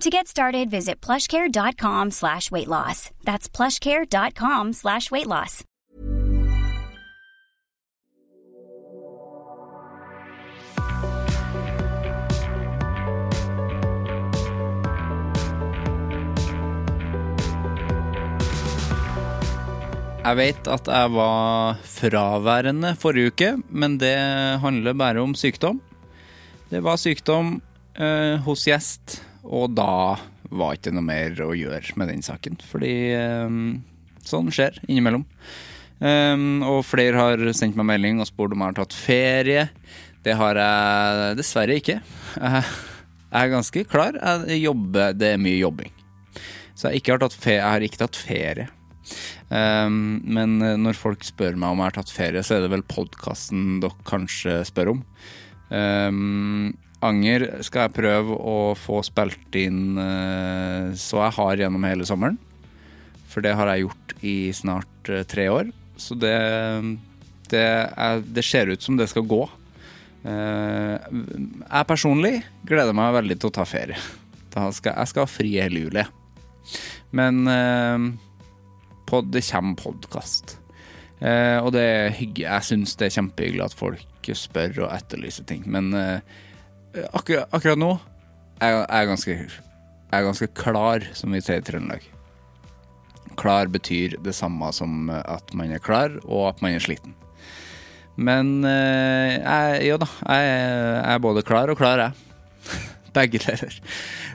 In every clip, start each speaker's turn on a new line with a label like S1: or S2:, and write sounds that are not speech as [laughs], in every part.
S1: To get started, visit plushcare.com slash weight loss. That's plushcare.com slash weight loss.
S2: Jeg vet at jeg var fraværende forrige uke, men det handler bare om sykdom. Det var sykdom eh, hos gjest, og da var ikke noe mer å gjøre med den saken. Fordi eh, sånn skjer innimellom. Eh, og flere har sendt meg melding og spurt om jeg har tatt ferie. Det har jeg dessverre ikke. Jeg jeg er ganske klar. Jeg jobber, det er mye jobbing. Så jeg, ikke har tatt fe jeg har ikke tatt ferie. Um, men eh, når folk spør meg om jeg har tatt ferie, så er det vel podkasten dere kanskje spør om. Um, anger skal jeg prøve å få spilt inn eh, så jeg har gjennom hele sommeren. For det har jeg gjort i snart eh, tre år. Så det, det, er, det ser ut som det skal gå. Eh, jeg personlig gleder meg veldig til å ta ferie. Da skal, jeg skal ha fri hele juli. Men eh, pod, det kommer podkast. Eh, og det er hygge. Jeg syns det er kjempehyggelig at folk spør og etterlyser ting. Men eh, akkurat, akkurat nå er jeg, jeg er ganske jeg er ganske klar, som vi sier i Trøndelag. Klar betyr det samme som at man er klar, og at man er sliten. Men eh, jeg, jo da, jeg, er- jeg er både klar og klar, jeg. [laughs] Begge deler.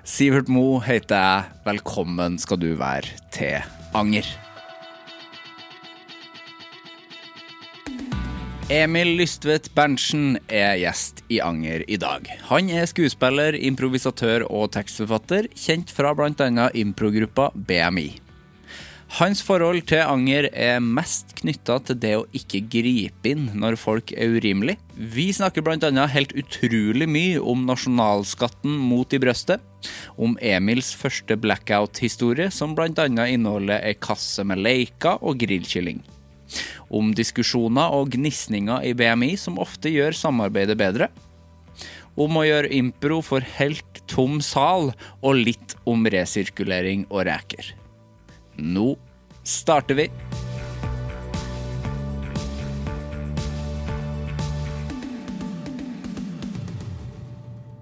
S2: Sivert Mo heter jeg. Velkommen skal du være til Anger. Emil Lystvedt Berntsen er gjest i Anger i dag. Han er skuespiller, improvisatør og tekstforfatter, kjent fra bl.a. improgruppa BMI. Hans forhold til anger er mest knytta til det å ikke gripe inn når folk er urimelig. Vi snakker bl.a. helt utrolig mye om nasjonalskatten mot i brøstet, om Emils første blackout-historie, som bl.a. inneholder ei kasse med leker og grillkylling om diskusjoner og gnisninger i BMI som ofte gjør samarbeidet bedre, om å gjøre impro for helt tom sal, og litt om resirkulering og reker. Nå starter vi!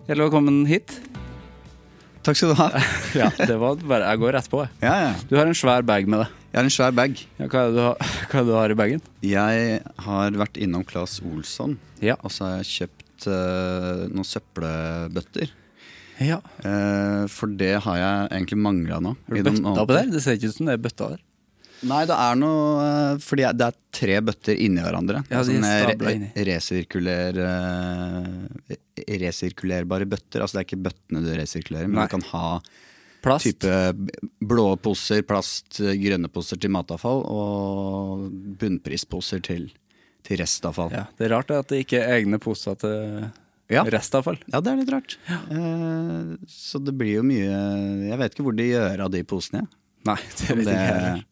S2: Hjertelig velkommen hit.
S3: Takk skal du ha.
S2: Ja, det var bare, Jeg går rett på. jeg.
S3: Ja, ja.
S2: Du har en svær bag med deg.
S3: Jeg har en svær bag.
S2: Ja, hva er det du har, hva er det du har i bagen?
S3: Jeg har vært innom Claes Olsson,
S2: Ja.
S3: og så har jeg kjøpt eh, noen søppelbøtter.
S2: ja.
S3: Eh, for det har jeg egentlig mangla nå.
S2: Har
S3: i
S2: du
S3: noen
S2: bøtta oppi
S3: måneder.
S2: der? Det ser ikke ut som det er bøtta der.
S3: Nei, det er noe eh, Fordi jeg- det er tre bøtter inni hverandre.
S2: Ja, de er
S3: Sånne
S2: stabla inni.
S3: resirkuler, eh, resirkulerbare bøtter. Altså det er ikke bøttene du resirkulerer, men
S2: Nei.
S3: du kan ha
S2: Plast.
S3: type blå poser, plast, grønne poser til matavfall og bunnprisposer til, til restavfall.
S2: Ja, det er rart at det ikke er egne poser til
S3: Ja.
S2: restavfall.
S3: Ja, det er litt rart. Eh, så det blir jo mye Jeg vet ikke hvor de gjør av de posene. jeg.
S2: Nei, [laughs] det
S3: Om
S2: vet ikke jeg heller.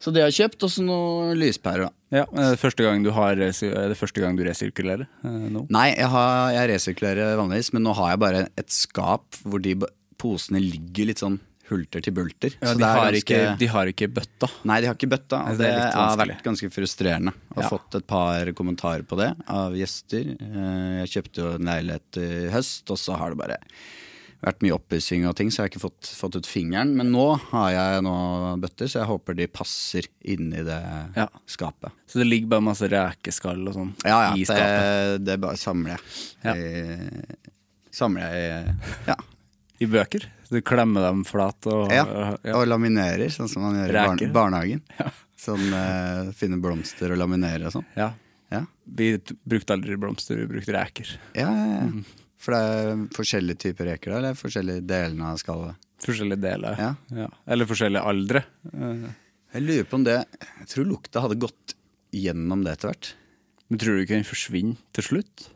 S3: så det har jeg kjøpt, og så noen lyspærer. da.
S2: Ja, men er det første gang du har resi- er det første gang du resirkulerer eh, nå?
S3: Nei, jeg, har, jeg resirkulerer vanligvis, men nå har jeg bare et skap hvor de ba- posene ligger litt sånn hulter til bulter.
S2: Ja,
S3: Så
S2: de,
S3: det er
S2: har
S3: ganske-
S2: ikke, de har ikke bøtta.
S3: Nei, de har ikke bøtta.
S2: Nei, det
S3: Og det,
S2: er litt
S3: har
S2: vanskelig.
S3: vært ganske frustrerende. Jeg har
S2: Ja.
S3: fått et par kommentarer på det av gjester. Eh, Jeg kjøpte jo en leilighet i høst, og så har det bare vært mye oppussing og ting, så jeg har ikke fått, fått ut fingeren. Men nå har jeg nå bøtter, så jeg håper de passer inni det
S2: Ja.
S3: skapet.
S2: Så det ligger bare masse rekeskall og sånn
S3: Ja, ja.
S2: i skapet.
S3: Det, det bare samler jeg.
S2: Ja.
S3: Eh, Samler jeg Ja.
S2: I bøker. Du klemmer dem flat [laughs] og
S3: ja.
S2: ja.
S3: Og laminerer, sånn som man gjør i barn
S2: Reker.
S3: barnehagen. Sånn eh, finne blomster og laminere og sånn.
S2: ja.
S3: Ja.
S2: Vi t- brukte aldri blomster, vi brukte reker.
S3: Ja, ja, ja. For det er forskjellige typer reker, da? Eller forskjellige delene av skallet?
S2: Forskjellige deler.
S3: Ja.
S2: Eller forskjellige aldre. Eh,
S3: Jeg lurer på om det Jeg tror lukta hadde gått gjennom det etter hvert.
S2: Men tror du ikke den forsvinner til slutt?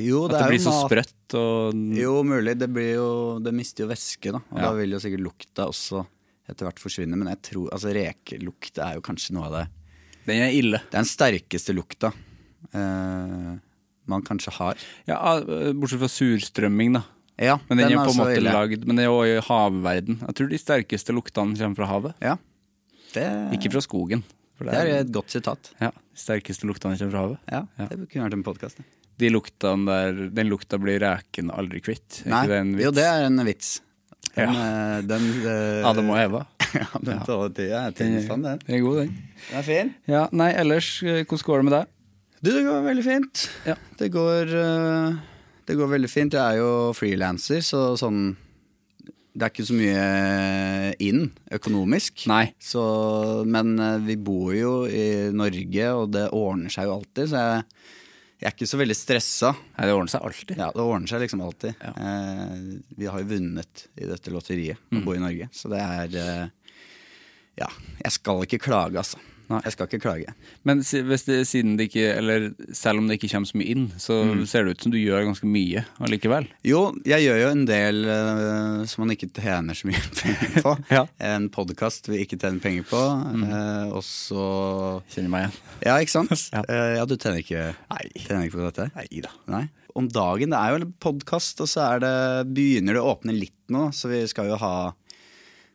S3: Jo,
S2: At
S3: det,
S2: det,
S3: er
S2: blir så
S3: mat-
S2: sprøtt og
S3: Jo, mulig. Det, blir jo, det mister jo væske, da. Og
S2: Ja.
S3: da vil jo sikkert lukta også etter hvert forsvinne. Men jeg tror Altså, rekelukt er jo kanskje noe av det
S2: Den er ille.
S3: Det er den sterkeste lukta eh, man kanskje har.
S2: Ja, eh, bortsett fra surstrømming, da.
S3: Ja,
S2: Men den, er på en
S3: så
S2: måte
S3: ille.
S2: lagd Men det er jo i havverden. Jeg tror de sterkeste luktene kommer fra havet.
S3: Ja. Det,
S2: Ikke fra skogen. For
S3: det er et godt sitat.
S2: ja, De sterkeste luktene kommer fra havet.
S3: Ja,
S2: Ja.
S3: Det kunne vært en podkast.
S2: De luktene der, den lukta blir reken aldri kvitt. Er
S3: Nei,
S2: ikke det en vits?
S3: Jo, det er en vits. Den,
S2: Ja. [laughs]
S3: eh, den, eh,
S2: Adam og Eva.
S3: [laughs] ja, den tåler tida. Jeg tenker sånn, den.
S2: Den er god, den.
S3: Den er fin.
S2: Ja, nei, ellers, eh, hvordan går det med deg?
S3: Du, det går veldig fint.
S2: Ja.
S3: Det går eh, Det går veldig fint. Jeg er jo frilanser, så sånn Det er ikke så mye inn økonomisk.
S2: Nei.
S3: Så, men eh, vi bor jo i Norge, og det ordner seg jo alltid, så jeg, jeg er ikke så veldig stressa.
S2: Nei, det ordner seg alltid.
S3: Ja, det ordner seg liksom alltid.
S2: Ja.
S3: Eh, vi har jo vunnet i dette lotteriet å
S2: Mm.
S3: bo i Norge, så det er eh, Ja, jeg skal ikke klage, altså.
S2: Nei.
S3: Jeg skal ikke klage.
S2: Men si- hvis det, siden det ikke, eller selv om det ikke kommer så mye inn, så
S3: Mm.
S2: ser det ut som du gjør ganske mye allikevel.
S3: Jo, jeg gjør jo en del eh, som man ikke tjener så mye [laughs] penger på.
S2: Ja. Mm.
S3: En podkast vi ikke tjener penger på. eh, og så
S2: Kjenner meg igjen.
S3: Ja, ikke sant?
S2: [laughs] Ja.
S3: Eh, ja, du tjener ikke, tjener ikke på dette?
S2: Nei da.
S3: Nei. Om dagen, det er jo en podkast, og så er det, begynner det å åpne litt nå. Så vi skal jo ha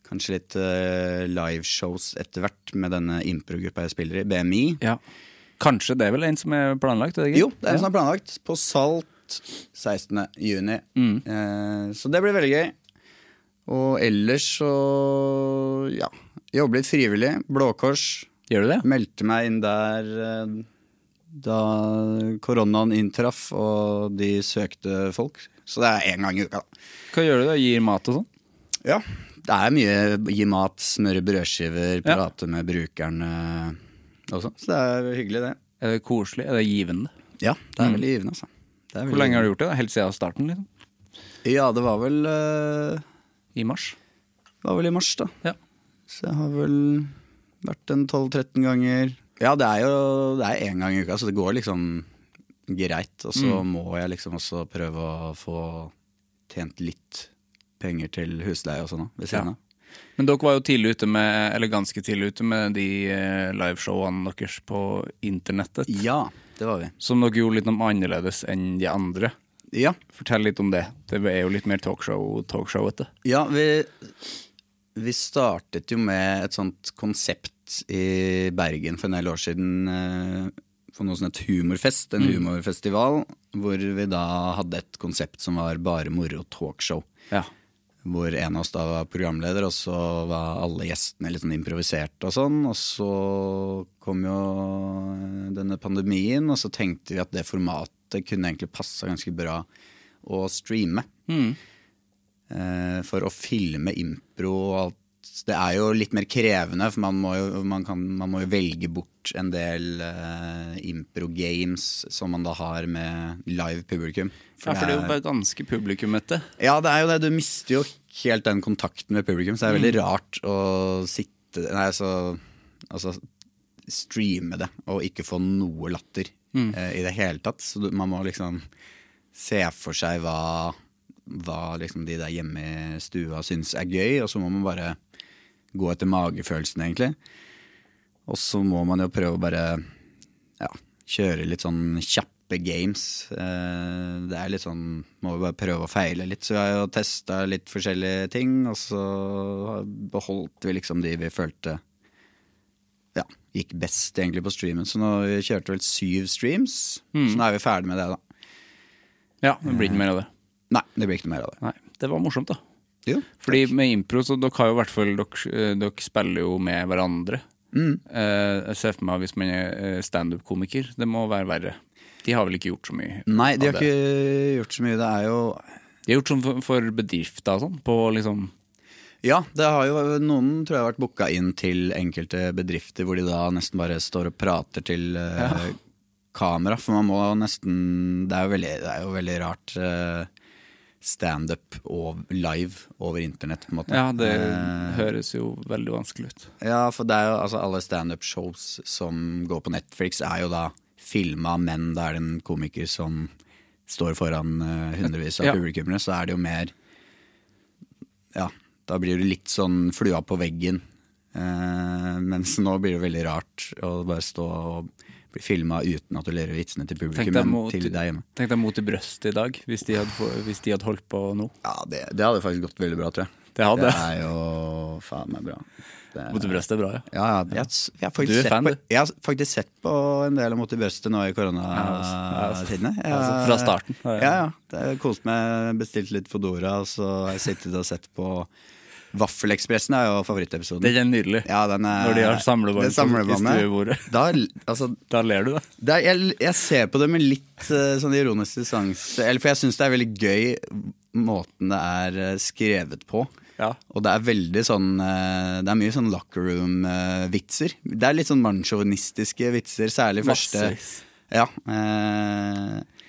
S3: kanskje litt eh, liveshows etter hvert med denne improgruppa jeg spiller i, BMI.
S2: Ja. Kanskje det er vel en som er planlagt? Er det ikke?
S3: Jo, det er en som er planlagt på Salt 16. juni.
S2: Mm.
S3: Eh, så det blir veldig gøy. Og ellers så ja. Jobbe litt frivillig. Blå Kors.
S2: Gjør du det?
S3: Meldte meg inn der eh, da koronaen inntraff og de søkte folk. Så det er én gang i uka. da.
S2: Hva gjør du da? Gir mat og sånn?
S3: Ja. Det er mye gi mat, smøre brødskiver,
S2: Ja.
S3: prate med brukerne og sånn. Så det er hyggelig, det.
S2: Er det koselig? Er det givende?
S3: Ja, det er veldig givende, altså. Det er
S2: Mm. Hvor
S3: veldig
S2: lenge har du gjort det? da? Helt siden starten, liksom?
S3: givende. Ja, det var vel, eh,
S2: I mars?
S3: var vel i mars, da.
S2: Ja.
S3: Så jeg har vel vært en 12-13 ganger. Ja, det er jo det er én gang i uka, så det går liksom greit. Og så må jeg liksom også prøve å få tjent litt penger til husleie og sånn da, ved siden av.
S2: Men dere var jo tidlig ute med, eller ganske tidlig ute med de eh, liveshowene deres på internettet.
S3: Ja, det var vi.
S2: Som dere gjorde litt noe annerledes enn de andre.
S3: Ja,
S2: Fortell litt om det. Det er jo litt mer talkshow, talkshowete.
S3: ja vi, vi startet jo med et sånt konsept i Bergen for en del år siden. eh, For noe som het Humorfest, en humorfestival. Hvor vi da hadde et konsept som var bare moro talkshow.
S2: Ja.
S3: hvor en av oss da var programleder, og så var alle gjestene litt sånn improviserte og sånn. Og så kom jo eh, denne pandemien, og så tenkte vi at det formatet kunne egentlig passa ganske bra å streame.
S2: Mm.
S3: Eh, for å filme impro og alt. Det er jo litt mer krevende, for man må jo, man kan, man må jo velge bort en del eh, impro-games som man da har med live publikum.
S2: For, ja, for det er jo bare ganske publikummete.
S3: Ja, det er jo det. Du mister jo helt den kontakten med publikum, så det er veldig rart å sitte Nei, altså, altså streame det og ikke få noe latter eh, i det hele tatt. Så du, man må liksom se for seg hva, hva liksom de der hjemme i stua syns er gøy, og så må man bare gå etter magefølelsen, egentlig. Og så må man jo prøve å bare ja, kjøre litt sånn kjappe type games. Eh, Det er litt sånn Må jo bare prøve og feile litt. Så vi har jo testa litt forskjellige ting, og så har- beholdt vi liksom de vi følte ja, gikk best egentlig på streamen. Så nå vi kjørte vel syv streams, så nå er vi ferdig med det, da.
S2: Ja, det blir ikke mer av det.
S3: Nei, det blir ikke noe mer av det.
S2: Nei, det var morsomt, da.
S3: Jo.
S2: Fordi med impro, så dere har jo i hvert fall Dere, eh, dere spiller jo med hverandre.
S3: Mm.
S2: Eh, jeg ser for meg hvis man er eh, standup-komiker, det må være verre. De har vel ikke gjort så mye?
S3: Nei, de
S2: av
S3: har
S2: det.
S3: ikke gjort så mye. Det er jo
S2: De har gjort sånn for, for bedrifter og sånn, på liksom
S3: Ja, det har jo noen tror jeg har vært booka inn til enkelte bedrifter hvor de da nesten bare står og prater til eh, kamera, for man må nesten Det er jo veldig, det er jo veldig rart. eh, Standup og live over internett, på en måte.
S2: Ja, det
S3: Eh,
S2: høres jo veldig vanskelig ut.
S3: ja, for det er jo altså alle standup-shows som går på Netflix, er jo da filma, men det er det en komiker som står foran eh, hundrevis av
S2: Ja.
S3: publikummere, så er det jo mer Ja, da blir du litt sånn flua på veggen. Eh, mens nå blir det veldig rart å bare stå og bli filma uten at du ler vitsene til
S2: Tenk
S3: publikum,
S2: deg
S3: men
S2: mot-
S3: til deg hjemme.
S2: Tenk deg mot i brøstet i dag, hvis de hadde, få- hvis de hadde holdt på nå.
S3: Ja, det, det hadde faktisk gått veldig bra, tror jeg.
S2: Det hadde.
S3: det er jo faen meg bra. Det er-
S2: Mot i brøstet er bra, ja.
S3: Ja, ja. Jeg, jeg, har
S2: Du
S3: faktisk
S2: er
S3: sett
S2: fan,
S3: på,
S2: du.
S3: jeg har faktisk sett på en del av Mot i brøstet nå i
S2: altså.
S3: koronatidene. Jeg-
S2: Altså, fra starten.
S3: Ja, ja. Det har kost meg. Bestilt litt Foodora, og så har jeg sittet og sett på Vaffelekspressen er jo favorittepisoden.
S2: Den er nydelig.
S3: ja, den er,
S2: Når de har samlebånd
S3: det
S2: på- i stuebordet.
S3: [laughs] Da, altså,
S2: Da ler du, da.
S3: det er, jeg, jeg ser på det med litt eh, sånn ironisk distanse. Eller for jeg syns det er veldig gøy måten det er eh, skrevet på.
S2: Ja.
S3: Og det er veldig sånn eh, Det er mye sånn locker room-vitser. Det er litt sånn mannssjåvinistiske vitser, særlig første
S2: Massevis.
S3: Ja. eh,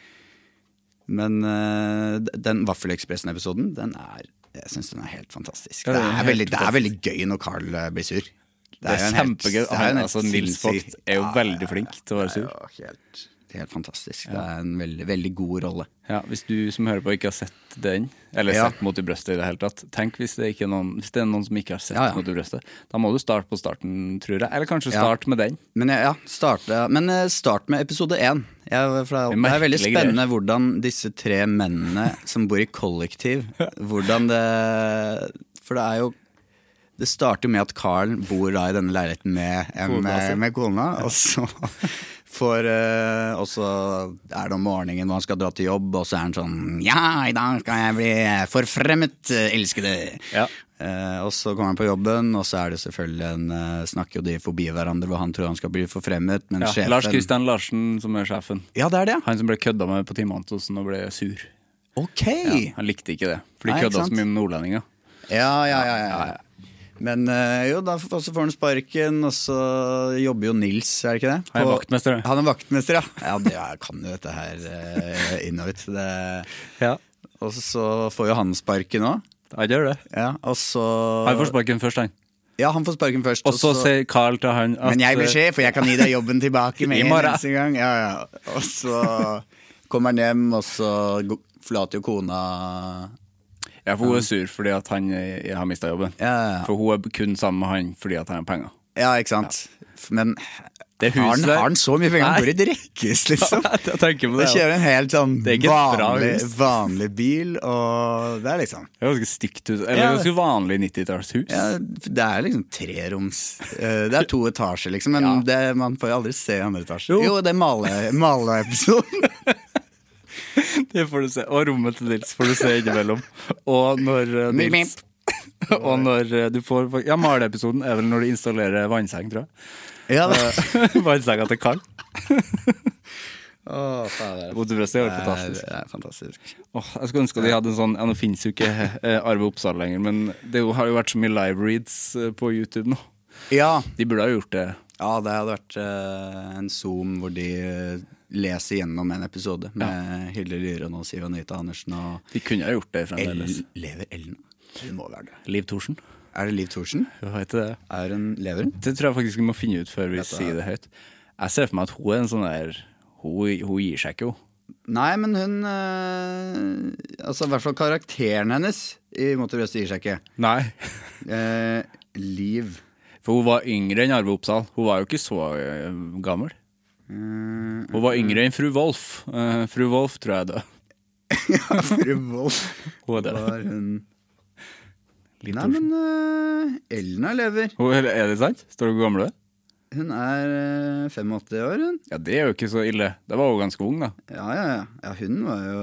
S3: men eh, d- den Vaffelekspressen-episoden, den er jeg syns den er helt fantastisk.
S2: Ja,
S3: det,
S2: den er
S3: er
S2: helt
S3: veldig, det er veldig gøy når Carl eh, blir sur.
S2: Det er,
S3: jo en helt-
S2: kjempegøy.
S3: det er jo en
S2: Han,
S3: helt
S2: altså, Nils Vogt
S3: sinnssyk-
S2: er jo
S3: Ja, ja,
S2: veldig
S3: ja.
S2: flink til å være sur.
S3: Det er jo helt, helt fantastisk. Det er en veldig, veldig god rolle.
S2: Ja, Hvis du som hører på ikke har sett den, eller
S3: Ja.
S2: sett Mot i brøstet i det hele tatt Tenk hvis det, ikke er noen, hvis det er noen som ikke har sett
S3: Ja, ja.
S2: Mot i brøstet. Da må du starte på starten, tror jeg. Eller kanskje
S3: Ja.
S2: start med den.
S3: Men ja, ja starte, men eh, start med episode én. Jeg, for
S2: Det
S3: det, er,
S2: er
S3: det er veldig
S2: merkelige
S3: spennende hvordan disse tre mennene som bor i
S2: [laughs]
S3: kollektiv Hvordan det For det er jo Det starter jo med at Carl bor da i denne leiligheten med, eh,
S2: Kona si.
S3: med, med kona, [laughs] og så får eh, Og så er det om morgenen hvor han skal dra til jobb, og så er han sånn Ja, i dag skal jeg bli forfremmet, eh, elskede.
S2: Ja.
S3: Eh, og så kommer han på jobben, og så er det selvfølgelig en eh, snakker jo de forbi hverandre, hvor han tror han skal bli forfremmet, men
S2: Ja.
S3: sjefen
S2: Lars Kristian Larsen, som er sjefen.
S3: Ja, det er det, ja.
S2: Han som ble kødda med på Team Antonsen og ble sur.
S3: Ok!
S2: Ja, han likte ikke det, for de
S3: Nei, ikke
S2: kødda
S3: sant?
S2: så mye med nordlendinger.
S3: Ja, ja, ja, ja, Men eh, jo, da f- og så får han sparken, og så jobber jo Nils, er det ikke det?
S2: Han er
S3: På-
S2: vaktmester, det.
S3: Han er vaktmester, ja. [laughs] Ja, det jeg kan jo dette her eh, inn og ut. Det-
S2: Ja,
S3: Og så får jo han sparken òg.
S2: han gjør det.
S3: Ja, og så
S2: Han får sparken først, han.
S3: Ja, han får sparken først.
S2: Og så sier Carl til han at
S3: Men jeg blir sjef, og jeg kan gi deg jobben [laughs] tilbake
S2: I
S3: med en
S2: morgen.
S3: eneste gang. Ja, ja. Og så kommer han hjem, og så go- forlater jo kona
S2: eh, Ja, for hun er sur fordi at han eh, har mista jobben.
S3: Ja, ja, ja.
S2: For hun er kun sammen med han fordi at han har penger.
S3: Ja, ikke sant? Men
S2: Det
S3: har han,
S2: huset der-
S3: har han så mye penger?
S2: Nei.
S3: Han bor i et rekkehus, [laughs] liksom.
S2: [laughs] Jeg tenker på
S3: Han
S2: det. ja.
S3: kjører en helt sånn
S2: Det er ikke et bra
S3: vanlig,
S2: hus.
S3: vanlig bil, og det er liksom
S2: Det er ganske stygt hus. Eller
S3: Ja.
S2: ganske vanlig 90-tallshus.
S3: ja, Det er liksom treroms eh, Det er to etasjer, liksom, men det, man får jo aldri se andre etasje.
S2: Jo.
S3: Jo, det er male- maleepisoden.
S2: [laughs] Det får du se. Og rommet til Nils får du se innimellom. Og når eh,
S3: Mip,
S2: Nils [laughs] Og når eh, du får Ja, maleepisoden er vel når du installerer vannseng, tror
S3: [laughs] Ja, det. [laughs]
S2: jeg. [laughs] Vannsenga til Karl.
S3: Å, fader.
S2: Mot brøstet er jo helt
S3: Det
S2: fantastisk.
S3: er fantastisk.
S2: Åh, jeg skulle ønske at de hadde en sånn Ja, nå finnes jo ikke eh, Arve Oppsal lenger, men det er jo- har jo vært så mye live reads eh, på YouTube nå.
S3: Ja,
S2: De burde ha gjort det.
S3: ja det hadde vært eh, en Zoom hvor de eh, leser gjennom en episode med Hilde Lyron og Siv Anita Andersen og
S2: De kunne ha gjort det
S3: El
S2: fremdeles.
S3: Lever Ellen? Hun må være det.
S2: Liv Thorsen.
S3: Er det Liv Thorsen?
S2: Hva heter det?
S3: Er hun lever hun?
S2: Det tror jeg faktisk vi må finne ut før vi sier det høyt. Jeg ser for meg at hun er en sånn der Hun, hun gir seg ikke, hun.
S3: Nei, men hun eh, Altså i hvert fall karakteren hennes i Mot røste gir seg ikke.
S2: Nei. [laughs]
S3: Eh, Liv
S2: For hun var yngre enn Arve Oppsal. Hun var jo ikke så eh, gammel.
S3: [laughs]
S2: Hun var yngre enn fru Wolf. Eh, fru Wolf tror jeg døde.
S3: Fru Wolf
S2: Hun er død.
S3: var hun
S2: Litt
S3: Nei,
S2: år-
S3: men eh, Elna lever.
S2: Hun- Er det sant? Står det hvor gammel hun er?
S3: Hun er eh, 85 år, hun.
S2: Ja, det er jo ikke så ille. Da var hun ganske ung, da.
S3: Ja, ja, ja. ja hun var jo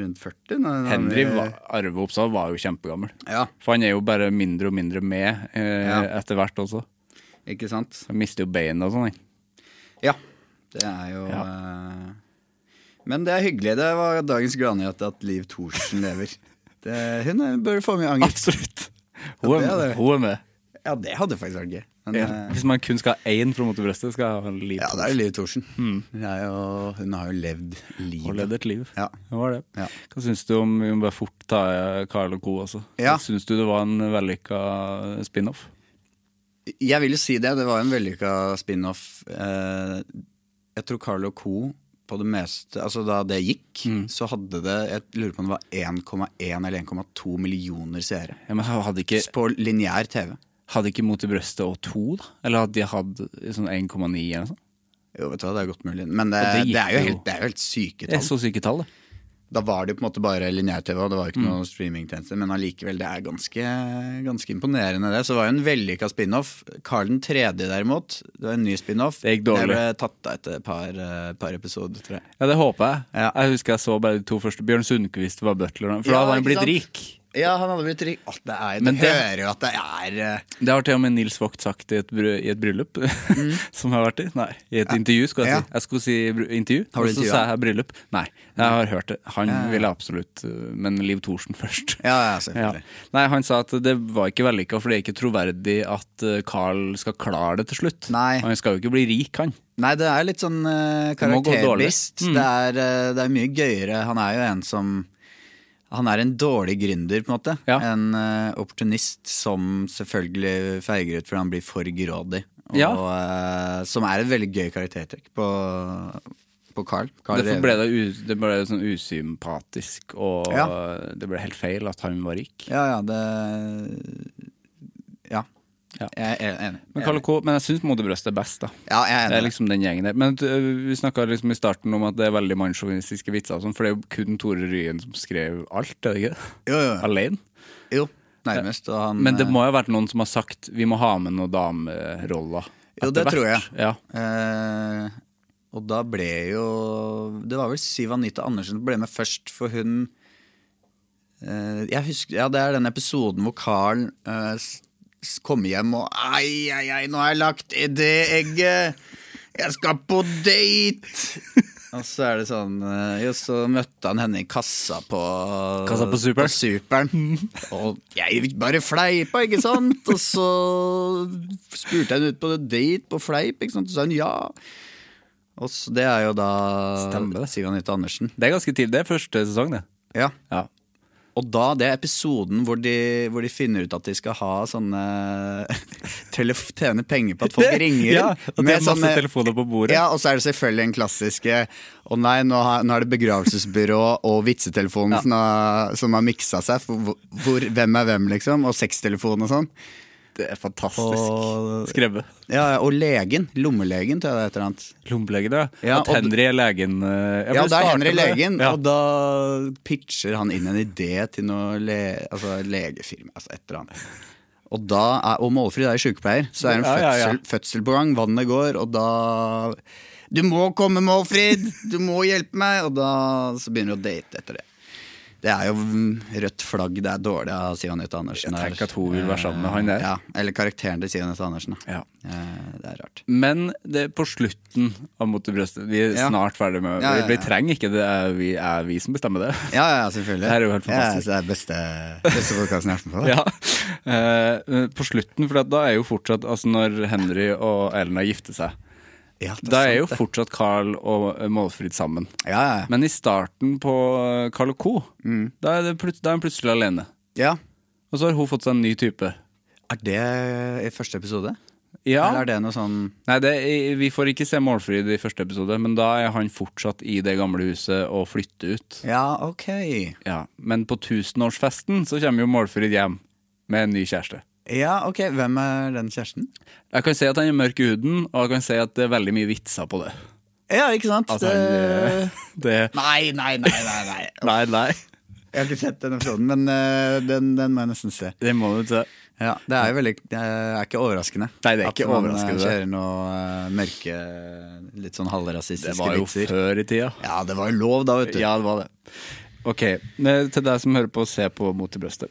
S3: rundt 40 da hun var
S2: Henry
S3: med-
S2: var- Arve Oppsal var jo kjempegammel.
S3: Ja,
S2: For han er jo bare mindre og mindre med eh,
S3: Ja.
S2: etter hvert også.
S3: ikke sant?
S2: Han mister jo beina og sånn. han.
S3: Ja. Det er jo eh, Men det er hyggelig. Det var dagens gladnyhet at Liv Thorsen lever.
S2: [laughs]
S3: Det, hun er- bør få med i anger.
S2: Absolutt. Hun er
S3: Ja, det er
S2: med.
S3: det.
S2: Hun er med.
S3: Ja, det hadde faktisk vært gøy. Men,
S2: Ja.
S3: eh,
S2: Hvis man kun skal ha én fra motebrøstet, skal jeg ha en liv.
S3: ja, det er jo Liv Thorsen. Hun, er jo, hun har jo levd
S2: Mm. og
S3: livet.
S2: levd et liv.
S3: Ja.
S2: Det var det.
S3: Ja.
S2: Hva syns du om vi må bare fort ta eh, Carl og Co. også?
S3: Ja.
S2: Syns du det var en vellykka eh, spin-off?
S3: Jeg vil jo si det. Det var en vellykka spin-off. Eh, Jeg tror Carlo Co. på det meste Altså da det gikk,
S2: Mm.
S3: så hadde det Jeg lurer på om det var 1,1 eller 1,2 millioner seere.
S2: Ja, men hadde ikke,
S3: På lineær TV.
S2: hadde ikke Mot i brøstet og to, da? Eller hadde de hatt sånn 1,9 eller noe sånt?
S3: Jo, vet du hva, det er godt mulig. Men det,
S2: Og det gikk
S3: det, er, jo
S2: jo.
S3: helt, det er jo helt syke
S2: Det er
S3: tall.
S2: så syke tall, det.
S3: Da var det jo på en måte bare lineær-TV, og det var jo ikke
S2: Mm.
S3: noe streamingtjeneste. Men allikevel, det er ganske, ganske imponerende, det. Så det var jo en vellykka spin-off. Carl 3., derimot, det var en ny spin-off.
S2: Det gikk dårlig.
S3: ble tatt av etter et par, eh, par episoder, tror jeg.
S2: Ja, det håper jeg.
S3: Ja.
S2: Jeg husker jeg så bare de to første. Bjørn Sundquist var butler, da, for
S3: Ja,
S2: da hadde han
S3: ikke
S2: blitt
S3: sant?
S2: rik.
S3: Ja, han hadde blitt rik. At det er,
S2: Men
S3: du
S2: det-
S3: hører jo at det er eh,
S2: Det har til og med Nils Vogt sagt i et, bry- i et bryllup. [laughs] som jeg har vært i. Nei, i et intervju, skulle jeg
S3: Ja.
S2: si. Jeg skulle si br- intervju,
S3: Har du
S2: og så
S3: intervjua?
S2: sa jeg bryllup. Nei, jeg har hørt det. Han ville absolutt øh, Men Liv Thorsen først.
S3: Ja,
S2: [laughs]
S3: ja,
S2: Ja.
S3: selvfølgelig.
S2: Nei, han sa at det var ikke vellykka, for det er ikke troverdig at øh, Carl skal klare det til slutt.
S3: Nei.
S2: Og Han skal jo ikke bli rik, han.
S3: Nei, det er litt sånn eh,
S2: Det må gå dårlig. Mm.
S3: karakterbrist. Det, er, eh, det er mye gøyere. Han er jo en som Han er en dårlig gründer, på en måte.
S2: Ja.
S3: En eh, opportunist som selvfølgelig feiger ut fordi han blir for grådig. Og, eh, som er et veldig gøy karaktertrekk på, på Carl. Carl
S2: Derfor
S3: Reve.
S2: ble det, u, det ble sånn usympatisk, og
S3: Ja.
S2: øh, det ble helt feil at han var rik.
S3: Ja, ja, det Ja.
S2: Ja.
S3: Jeg er enig.
S2: Men, Carl Co, men jeg syns Moderbrøst er best, da.
S3: Ja, jeg er
S2: Det er
S3: enig.
S2: liksom den gjengen der. Men øh, vi snakka liksom i starten om at det er veldig mannssjåvinistiske vitser og sånn, for det er jo kun Tore Ryen som skrev alt, er det ikke det?
S3: Jo, jo,
S2: Alene.
S3: jo. Nærmest. Og han,
S2: liksom- Men det
S3: eh,
S2: må jo ha vært noen som har sagt vi må ha med noen dameroller.
S3: Jo, det
S2: etter hvert.
S3: tror jeg.
S2: Ja.
S3: Eh, og da ble jo Det var vel Siv Anita Andersen som ble med først, for hun eh, Jeg husker Ja, det er den episoden hvor Carl eh, s- s- kommer hjem og Ai, ai, ai, nå har jeg lagt i det egget! Jeg skal på
S2: [laughs]
S3: date! Og så er det sånn eh, Jo, så møtte han henne i kassa på
S2: Kassa på Superen.
S3: Superen.
S2: [laughs]
S3: Og jeg bare fleipa, ikke sant? Og så spurte jeg henne ut på date på fleip, ikke sant? og så sa hun ja. Og så, det er jo da
S2: Stemmer det.
S3: Siv Anita Andersen.
S2: Det er ganske tidlig. Det er første sesong, det.
S3: Ja.
S2: Ja.
S3: Og da, det er episoden hvor de, hvor de finner ut at de skal ha sånne [laughs] telef Tjene penger på at folk
S2: [laughs]
S3: ringer.
S2: Ja, at det er masse
S3: sånne-
S2: telefoner på bordet.
S3: Ja, Og så er det selvfølgelig den klassiske Å nei, nå, har, nå er det begravelsesbyrå og vitsetelefonen som har, som har miksa seg. for Hvor, hvor, hvem er hvem, liksom? Og sextelefonen og sånn.
S2: Det er
S3: Og-
S2: fantastisk skrevet.
S3: Ja, ja, Og legen. Lommelegen, tror jeg det er et eller annet.
S2: Lommeleger, da.
S3: Ja,
S2: At
S3: og-
S2: Henry er legen eh,
S3: Ja,
S2: for
S3: det er
S2: starter
S3: Henry
S2: med det.
S3: legen,
S2: Ja.
S3: og da pitcher han inn en idé til noe le, altså, legefirma, altså et eller annet. Og, da er, og Målfrid er sykepleier, så er det en
S2: Ja, ja, ja.
S3: fødsel, fødsel på gang, vannet går, og da Du må komme, Målfrid! Du må hjelpe meg! Og da så begynner du å date etter det. Det er jo mm, rødt flagg, det er dårlig av Siv Anette Andersen.
S2: Jeg
S3: der.
S2: tenker at hun vil være sammen med han der.
S3: Ja, eller karakteren til Siv Anette Andersen. Da.
S2: Ja.
S3: Eh, Det er rart.
S2: Men det er på slutten av Mot i brøstet. Vi er
S3: Ja.
S2: snart ferdig med
S3: Ja, ja, ja.
S2: Vi, vi trenger ikke det. Det er vi, er vi som bestemmer det. [laughs]
S3: Ja, ja, selvfølgelig.
S2: Det her er jo helt fantastisk.
S3: Ja, så det er beste, beste podkasten jeg har hørt på. da.
S2: [laughs] Ja. Eh, på slutten, for da er jo fortsatt Altså når Henry og Elna gifter seg,
S3: Ja, det
S2: da er jo
S3: sant, det.
S2: fortsatt Carl og eh, Målfrid sammen.
S3: Ja, ja, ja.
S2: Men i starten på eh, Carl og co.,
S3: Mm.
S2: da, er det plut- da er han plutselig alene.
S3: ja.
S2: Og så har hun fått seg en ny type.
S3: Er det i første episode?
S2: Ja.
S3: Eller er det noe sånn
S2: Nei, det, Vi får ikke se Målfrid i første episode, men da er han fortsatt i det gamle huset og flytter ut.
S3: Ja, ok.
S2: Ja. Men på tusenårsfesten så kommer jo Målfrid hjem med en ny kjæreste.
S3: Ja, ok. Hvem er den kjæresten?
S2: Jeg kan si at han er mørk i huden, og jeg kan si at det er veldig mye vitser på det.
S3: Ja, ikke sant? Eh,
S2: Altså,
S3: det...
S2: det
S3: [laughs] Nei, nei, nei, nei, nei.
S2: Nei, nei.
S3: Jeg har ikke sett denne episoden, men eh, den, den må jeg nesten se.
S2: Det må du se.
S3: Ja, Det er jo veldig Det er ikke overraskende.
S2: Nei, det er ikke
S3: At man
S2: overraskende.
S3: eh, kjører noe eh, mørke, litt sånn halvrasistiske
S2: Det var jo
S3: vitser.
S2: før i tida.
S3: Ja, det var jo lov da, vet du.
S2: Ja, det var det. Ok, eh, til deg som hører på, se på Mot i brøstet.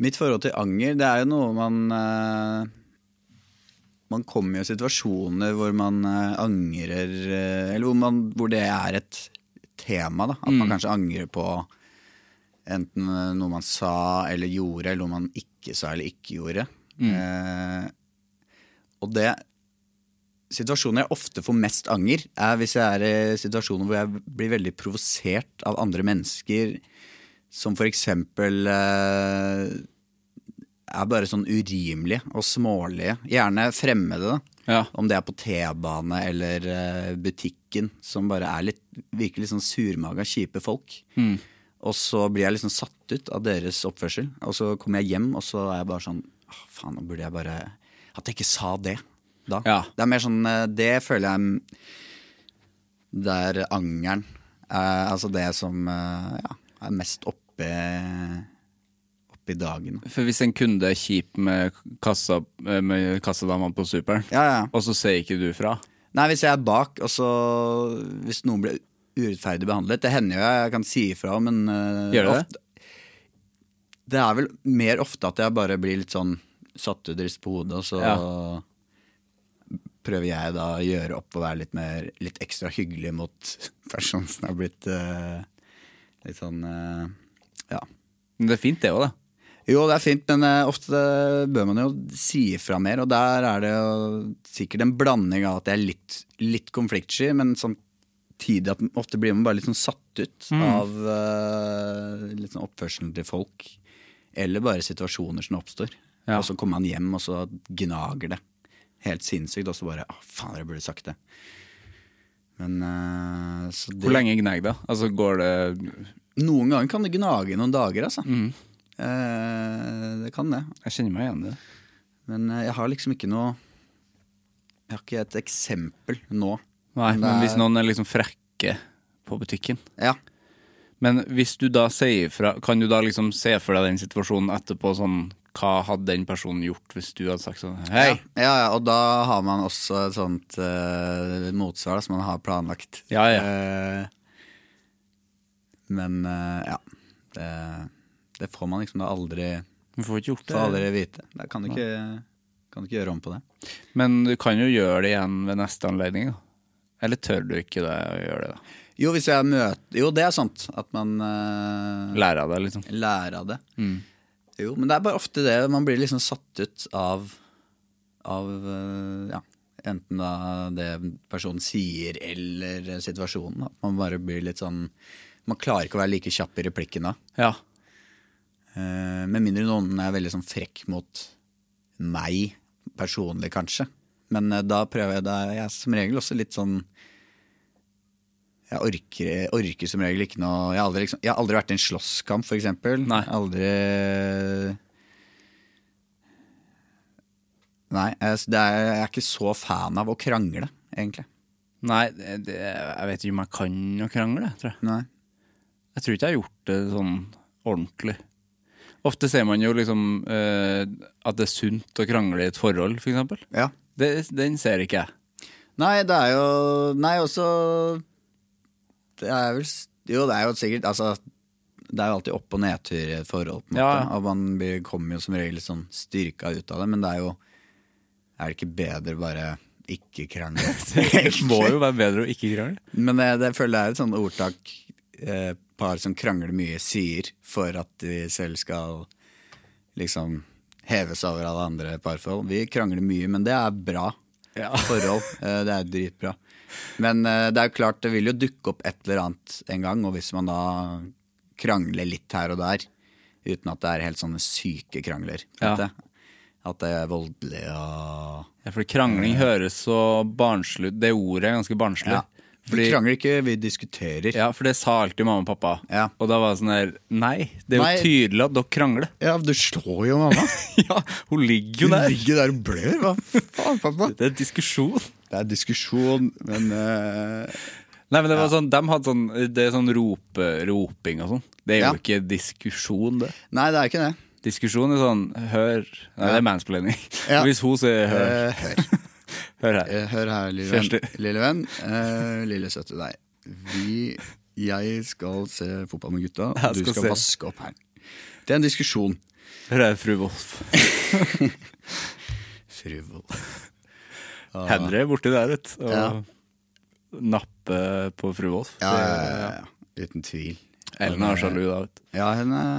S3: Mitt forhold til anger, det er jo noe man eh, Man kommer jo i situasjoner hvor man eh, angrer eh, Eller hvor, man, hvor det er et tema, da. At man kanskje angrer på enten eh, noe man sa eller gjorde, eller noe man ikke sa eller ikke gjorde. Eh, og det Situasjoner jeg ofte får mest anger, er hvis jeg er i situasjoner hvor jeg blir veldig provosert av andre mennesker. Som for eksempel eh, er bare sånn urimelige og smålige. Gjerne fremmede, da.
S2: Ja.
S3: Om det er på T-bane eller eh, butikken, som bare er litt, virker litt sånn surmaga, kjipe folk. Og så blir jeg liksom satt ut av deres oppførsel. Og så kommer jeg hjem, og så er jeg bare sånn «Åh, Faen, nå burde jeg bare At jeg ikke sa det da.
S2: Ja.
S3: Det er mer sånn eh, Det føler jeg mm, der angeren er altså det som eh, ja, er mest oppe, oppe i dagen.
S2: For hvis en kunde er kjip med, kassa, eh, med kassadama på superen,
S3: Ja, ja.
S2: og så ser ikke du fra
S3: Nei, hvis jeg er bak, og så Hvis noen blir urettferdig behandlet Det hender jo jeg, jeg kan si ifra, men eh,
S2: Gjør du det?
S3: ofte, Det er vel mer ofte at jeg bare blir litt sånn satt ut rist på hodet, og så prøver jeg da å gjøre opp og være litt, mer, litt ekstra hyggelig mot [laughs] personen som er blitt eh, litt sånn eh, Ja.
S2: Men det er fint, det òg, da.
S3: Jo, det er fint, men eh, ofte bør man jo si ifra mer. Og der er det jo sikkert en blanding av at jeg er litt, litt konfliktsky, men samtidig at ofte blir man bare litt sånn satt ut
S2: Mm.
S3: av eh, litt sånn oppførselen til folk. Eller bare situasjoner som oppstår.
S2: Ja.
S3: Og så kommer man hjem, og så gnager det. Helt sinnssykt. Og så bare Å, faen, jeg burde sagt det. Men eh, så det,
S2: Hvor lenge gnag da? Altså går det
S3: Noen ganger kan det gnage i noen dager, altså.
S2: Mm.
S3: Eh, det kan det.
S2: Jeg kjenner meg igjen i det.
S3: Men eh, jeg har liksom ikke noe Jeg har ikke et eksempel nå.
S2: Nei, men
S3: Nei.
S2: hvis noen er liksom frekke på butikken
S3: Ja.
S2: Men hvis du da sier fra, kan du da liksom se for deg den situasjonen etterpå sånn Hva hadde den personen gjort hvis du hadde sagt sånn Hei!
S3: Ja, ja, og da har man også et sånt eh, motsvar da, som man har planlagt.
S2: Ja, ja.
S3: Eh, men eh, ja. Det, det får man liksom da aldri,
S2: Du får ikke
S3: får
S2: gjort det.
S3: aldri vite. Da kan du ikke, kan du ikke gjøre om på det.
S2: Men du kan jo gjøre det igjen ved neste anledning, da. Eller tør du ikke det å gjøre det, da?
S3: Jo, hvis jeg møter Jo, det er sant. At man eh,
S2: Lære av det, liksom.
S3: lære av det. Jo, men det er bare ofte det. Man blir liksom satt ut av, av eh, ja, enten da det personen sier eller situasjonen. Da. Man bare blir litt sånn Man klarer ikke å være like kjapp i replikken da.
S2: Ja.
S3: Eh, med mindre noen er veldig sånn frekk mot meg personlig, kanskje. Men eh, da prøver jeg da er Jeg som regel også litt sånn jeg orker, jeg orker som regel ikke noe Jeg har aldri, liksom, jeg har aldri vært i en slåsskamp, for eksempel.
S2: Nei.
S3: Aldri Nei, jeg, det er, jeg er ikke så fan av å krangle, egentlig.
S2: Nei, det, det, jeg vet ikke om jeg kan å krangle, tror jeg.
S3: Nei.
S2: Jeg tror ikke jeg har gjort det sånn ordentlig. Ofte ser man jo liksom eh, at det er sunt å krangle i et forhold, for eksempel.
S3: Ja.
S2: Det, den ser ikke jeg.
S3: Nei, det er jo Nei, også Det er vel s- Jo, det er jo sikkert Altså, det er jo alltid opp- og nedtur i et forhold, på en måte.
S2: Ja, ja.
S3: Og man blir, kommer jo som regel litt sånn styrka ut av det, men det er jo Er det ikke bedre bare ikke krangle?
S2: [laughs] Det må jo være bedre å ikke krangle.
S3: Men det, det føler jeg er et sånt ordtak eh, par som krangler mye, sier for at de selv skal liksom heves over alle andre parforhold. Vi krangler mye, men det er bra [laughs] forhold. Eh, det er dritbra. Men eh, det er jo klart, det vil jo dukke opp et eller annet en gang, og hvis man da krangler litt her og der, uten at det er helt sånne syke krangler, på en
S2: Ja.
S3: måte, at det er voldelig og
S2: Ja, for krangling høres så barnslig Det ordet er ganske barnslig.
S3: ja. Vi krangler ikke, vi diskuterer.
S2: Ja, for det sa alltid mamma og pappa.
S3: Ja.
S2: Og da var det sånn der Nei, det er jo
S3: Nei.
S2: tydelig at dere krangler.
S3: Ja, du slår jo mamma.
S2: [laughs] ja, hun ligger jo
S3: Hun
S2: der.
S3: ligger der og blør. Hva faen, pappa?
S2: Det er diskusjon.
S3: Det er diskusjon, men eh,
S2: Nei, men det var sånn, de hadde sånn, det er sånn rope, roping og sånn. Det er jo
S3: Ja.
S2: ikke diskusjon, det.
S3: Nei, det er ikke det.
S2: Diskusjon er sånn hør Nei, det er mansplaining. [laughs]
S3: Ja.
S2: Hvis hun sier hør,
S3: Eh, hør.
S2: [laughs] hør her.
S3: Eh, hør her, lille venn.
S2: Kjersti.
S3: Lille, venn. Eh, lille søte deg. Vi, jeg skal se fotball med gutta.
S2: Jeg
S3: Du
S2: skal
S3: skal,
S2: se.
S3: vaske opp her. Det er en diskusjon.
S2: Hør her, fru Wolff.
S3: Frivol.
S2: Henry er borti der, vet du. Og
S3: Ja.
S2: napper på fru Wolff.
S3: Ja, ja,
S2: [laughs]
S3: ja, ja. Uten tvil.
S2: Ellen er sjalu da, vet du.
S3: Ja, hun er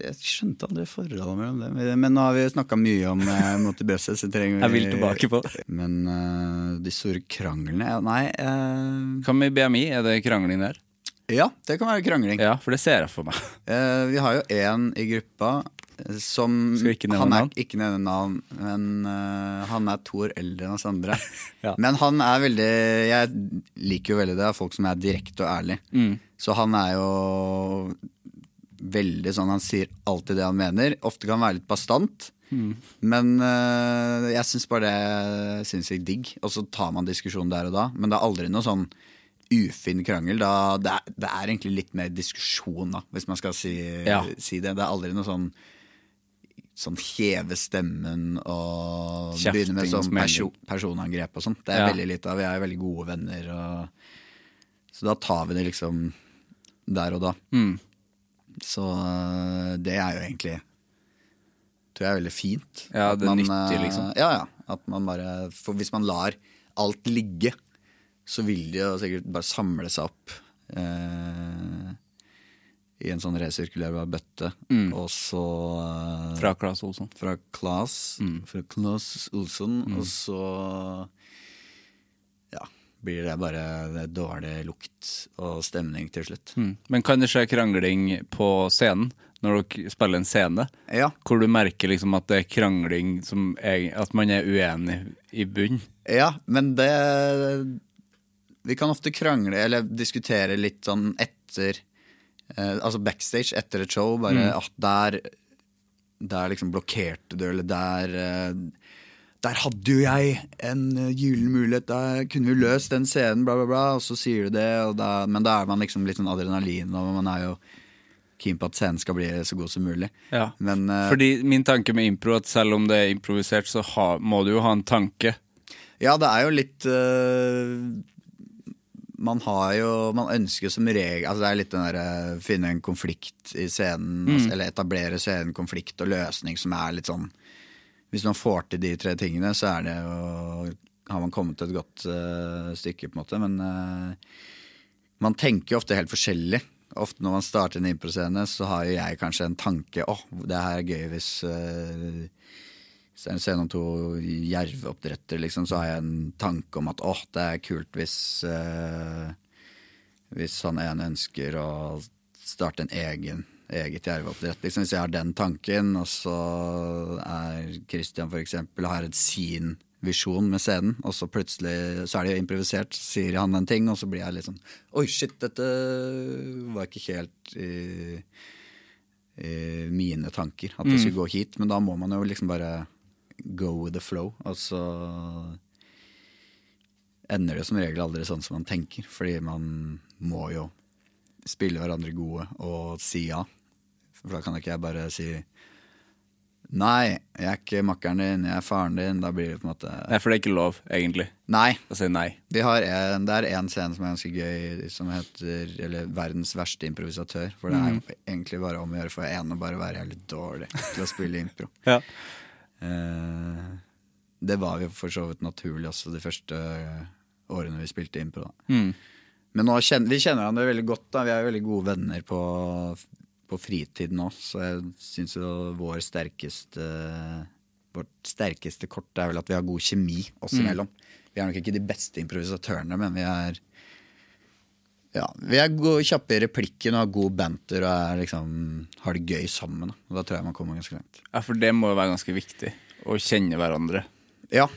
S3: Jeg skjønte aldri forholdet mellom dem. Men nå har vi snakka mye om eh, Monty Bøsse, så trenger vi
S2: Jeg vil tilbake på det.
S3: Men eh, de store kranglene ja, Nei. eh,
S2: Hva med BMI? Er det krangling der?
S3: ja, det kan være krangling.
S2: Ja, for det ser jeg for meg.
S3: Eh, vi har jo én i gruppa eh, som
S2: Skal vi ikke nevne
S3: Han er
S2: navn?
S3: ikke nevne navn, men eh, han er to år eldre enn oss andre.
S2: [laughs] Ja.
S3: Men han er veldig Jeg liker jo veldig det, folk som er direkte og ærlig.
S2: Mm.
S3: Så han er jo veldig sånn Han sier alltid det han mener. Ofte kan han være litt bastant.
S2: Mm.
S3: Men eh, jeg syns bare det er sinnssykt digg. Og så tar man diskusjonen der og da. Men det er aldri noe sånn ufin krangel. Da, det, er, det er egentlig litt mer diskusjon, da, hvis man skal si,
S2: Ja.
S3: si det. Det er aldri noe sånn Sånn heve stemmen og
S2: Kjefting
S3: begynne med
S2: og
S3: sånn
S2: smelling.
S3: perso personangrep og sånt. Det er
S2: Ja.
S3: veldig lite av. Vi er jo veldig gode venner. Og, så da tar vi det liksom der og da. Så øh, det er jo egentlig Tror jeg er veldig fint.
S2: Ja, det
S3: At man,
S2: nytter
S3: øh,
S2: liksom.
S3: Ja, ja. At man bare For hvis man lar alt ligge, så vil det jo sikkert bare samle seg opp. øh, I en sånn resirkulerbar bøtte.
S2: Mm.
S3: Og så øh,
S2: [laughs] Fra Claes Olsson.
S3: fra Claes
S2: Mm.
S3: Fra Claes Olsson Og så Ja blir det bare det dårlig lukt og stemning til slutt.
S2: Mm. Men kan det skje krangling på scenen, når dere spiller en scene,
S3: Ja,
S2: hvor du merker liksom at det er krangling som er, At man er uenig i bunn?
S3: ja, men det Vi kan ofte krangle eller diskutere litt sånn etter eh, Altså backstage etter et show. Bare at der Der liksom blokkerte du, eller der eh, Der hadde jo jeg en eh, gyllen mulighet, der kunne vi løst den scenen, bla, bla, bla. Og så sier du det, og da, men da er man liksom litt sånn adrenalin, og man er jo keen på at scenen skal bli så god som mulig.
S2: Ja.
S3: Men, eh,
S2: Fordi min tanke med impro er at selv om det er improvisert, så ha, må du jo ha en tanke.
S3: Ja, det er jo litt øh, Man har jo Man ønsker som regel altså Det er litt den derre finne en konflikt i scenen, altså, eller etablere scenen, konflikt og løsning, som er litt sånn Hvis man får til de tre tingene, så er det jo har man kommet til et godt øh, stykke, på en måte. Men øh, man tenker jo ofte helt forskjellig. Ofte når man starter en improscene, så har jo jeg kanskje en tanke Åh, det her er gøy hvis øh, hvis det er en scene om to jerveoppdrettere, liksom, så har jeg en tanke om at åh, det er kult hvis eh, Hvis han ene ønsker å starte en egen eget jerveoppdrett. Liksom, hvis jeg har den tanken, og så er Christian for eksempel har et sin visjon med scenen, og så plutselig så er det jo improvisert, så sier han en ting, og så blir jeg litt sånn Oi, shit, dette var ikke helt i eh, mine tanker. At det skulle gå hit. Men da må man jo liksom bare go with the flow. Altså ender det som regel aldri sånn som man tenker. Fordi man må jo spille hverandre gode og si ja. For da kan ikke jeg bare si Nei, jeg er ikke makkeren din, jeg er faren din. Da blir det på en måte
S2: Nei, for det er ikke lov, egentlig,
S3: Nei.
S2: å si nei.
S3: Vi har en, det er en scene som er ganske gøy, som heter eller, 'Verdens verste improvisatør'. For det er jo egentlig bare om å gjøre for en å bare være jævlig dårlig til å spille impro.
S2: Ja.
S3: Eh, det var jo for så vidt naturlig også de første eh, årene vi spilte impro. Da. Men nå kjenner, vi kjenner hverandre veldig godt. Da. Vi er jo veldig gode venner på, på fritid nå. Så jeg syns jo vår sterkeste vårt sterkeste kort er vel at vi har god kjemi oss imellom. Vi er nok ikke de beste improvisatørene, men vi er ja, vi er gode, kjappe i replikken og har god banter og er liksom, har det gøy sammen. Da. Og da tror jeg man kommer ganske langt.
S2: ja, for det må jo være ganske viktig, å kjenne hverandre.
S3: Ja,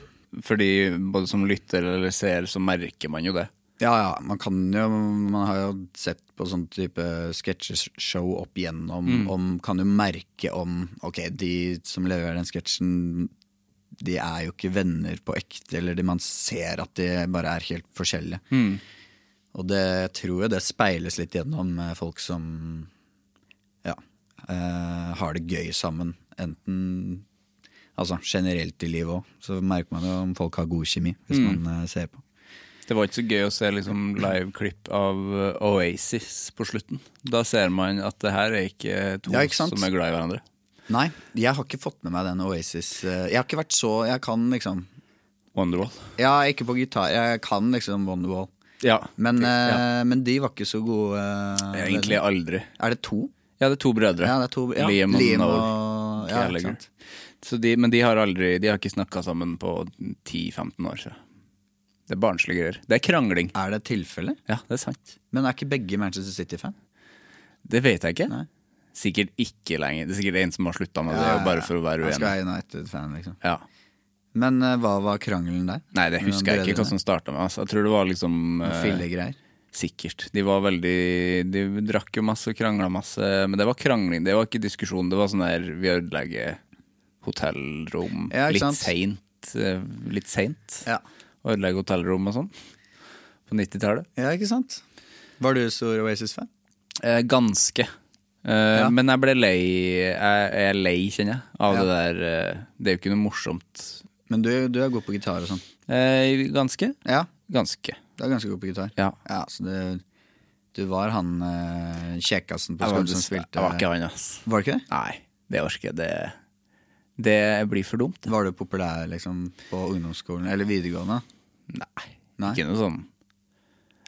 S2: Fordi både som lytter eller ser, så merker man jo det.
S3: Ja, ja, man kan jo Man har jo sett på sånn type sketsjeshow opp igjennom om, Kan jo merke om Ok, de som leverer den sketsjen De er jo ikke venner på ekte Eller de, man ser at de bare er helt forskjellige Og det jeg tror jeg det speiles litt gjennom eh, folk som Ja eh, Har det gøy sammen Enten Altså generelt i livet også Så merker man jo om folk har god kjemi Hvis man eh, ser på
S2: Det var ikke så gøy å se liksom liveklipp av eh, Oasis på slutten. Da ser man at det her er ikke to
S3: Ja, ikke sant?
S2: som er glad i hverandre.
S3: Nei, jeg har ikke fått med meg den Oasis. eh, Jeg har ikke vært så Jeg kan liksom
S2: Wonderwall.
S3: Ja, ikke på gitar. Jeg kan liksom Wonderwall.
S2: Ja,
S3: Men,
S2: det- ja.
S3: eh, men de var ikke så gode. eh,
S2: Egentlig aldri.
S3: Er det to?
S2: Ja, det er to brødre.
S3: Ja, det er to. Ja,
S2: Liam og Noel.
S3: og ja, ikke
S2: Gallagher.
S3: sant.
S2: Så de, men de har aldri De har ikke snakka sammen på 10-15 år. Så. Det er barnslige greier. Det er krangling.
S3: Er det tilfelle?
S2: Ja, det er sant.
S3: Men er ikke begge Manchester City-fan?
S2: Det vet jeg ikke.
S3: Nei.
S2: Sikkert ikke lenger. Det er sikkert en som har slutta med det, bare for å være
S3: Han skal
S2: uenig.
S3: være United-fan, liksom.
S2: Ja.
S3: Men eh, hva var krangelen der?
S2: Nei, det husker jeg ikke hva som starta med. Altså. Jeg tror det var liksom eh,
S3: Fillegreier.
S2: Sikkert. De var veldig De drakk jo masse og krangla masse, men det var krangling. Det var ikke diskusjon. Det var sånn der vi ødelegger hotellrom
S3: Ja, ikke
S2: litt
S3: sant?
S2: seint. eh, Litt seint.
S3: Ja.
S2: Ødelegge hotellrom og sånn. På 90-tallet.
S3: ja, ikke sant? Var du stor Oasis-fan?
S2: Eh, ganske. Eh,
S3: Ja.
S2: Men jeg ble lei Jeg jeg er lei, kjenner jeg, av
S3: Ja.
S2: det der eh, Det er jo ikke noe morsomt.
S3: Men du, du er god på gitar og sånn.
S2: Eh, ganske?
S3: Ja,
S2: Ganske.
S3: du er ganske god på gitar.
S2: Ja.
S3: Ja, så det, du var han eh, kjekkasen på
S2: Jeg var,
S3: skolen som
S2: jeg
S3: spilte
S2: var ikke han, ass.
S3: Var det ikke det?
S2: Nei, det orker jeg. Det, det blir for dumt.
S3: Var du populær liksom på ungdomsskolen eller videregående?
S2: Nei,
S3: Nei.
S2: ikke noe sånn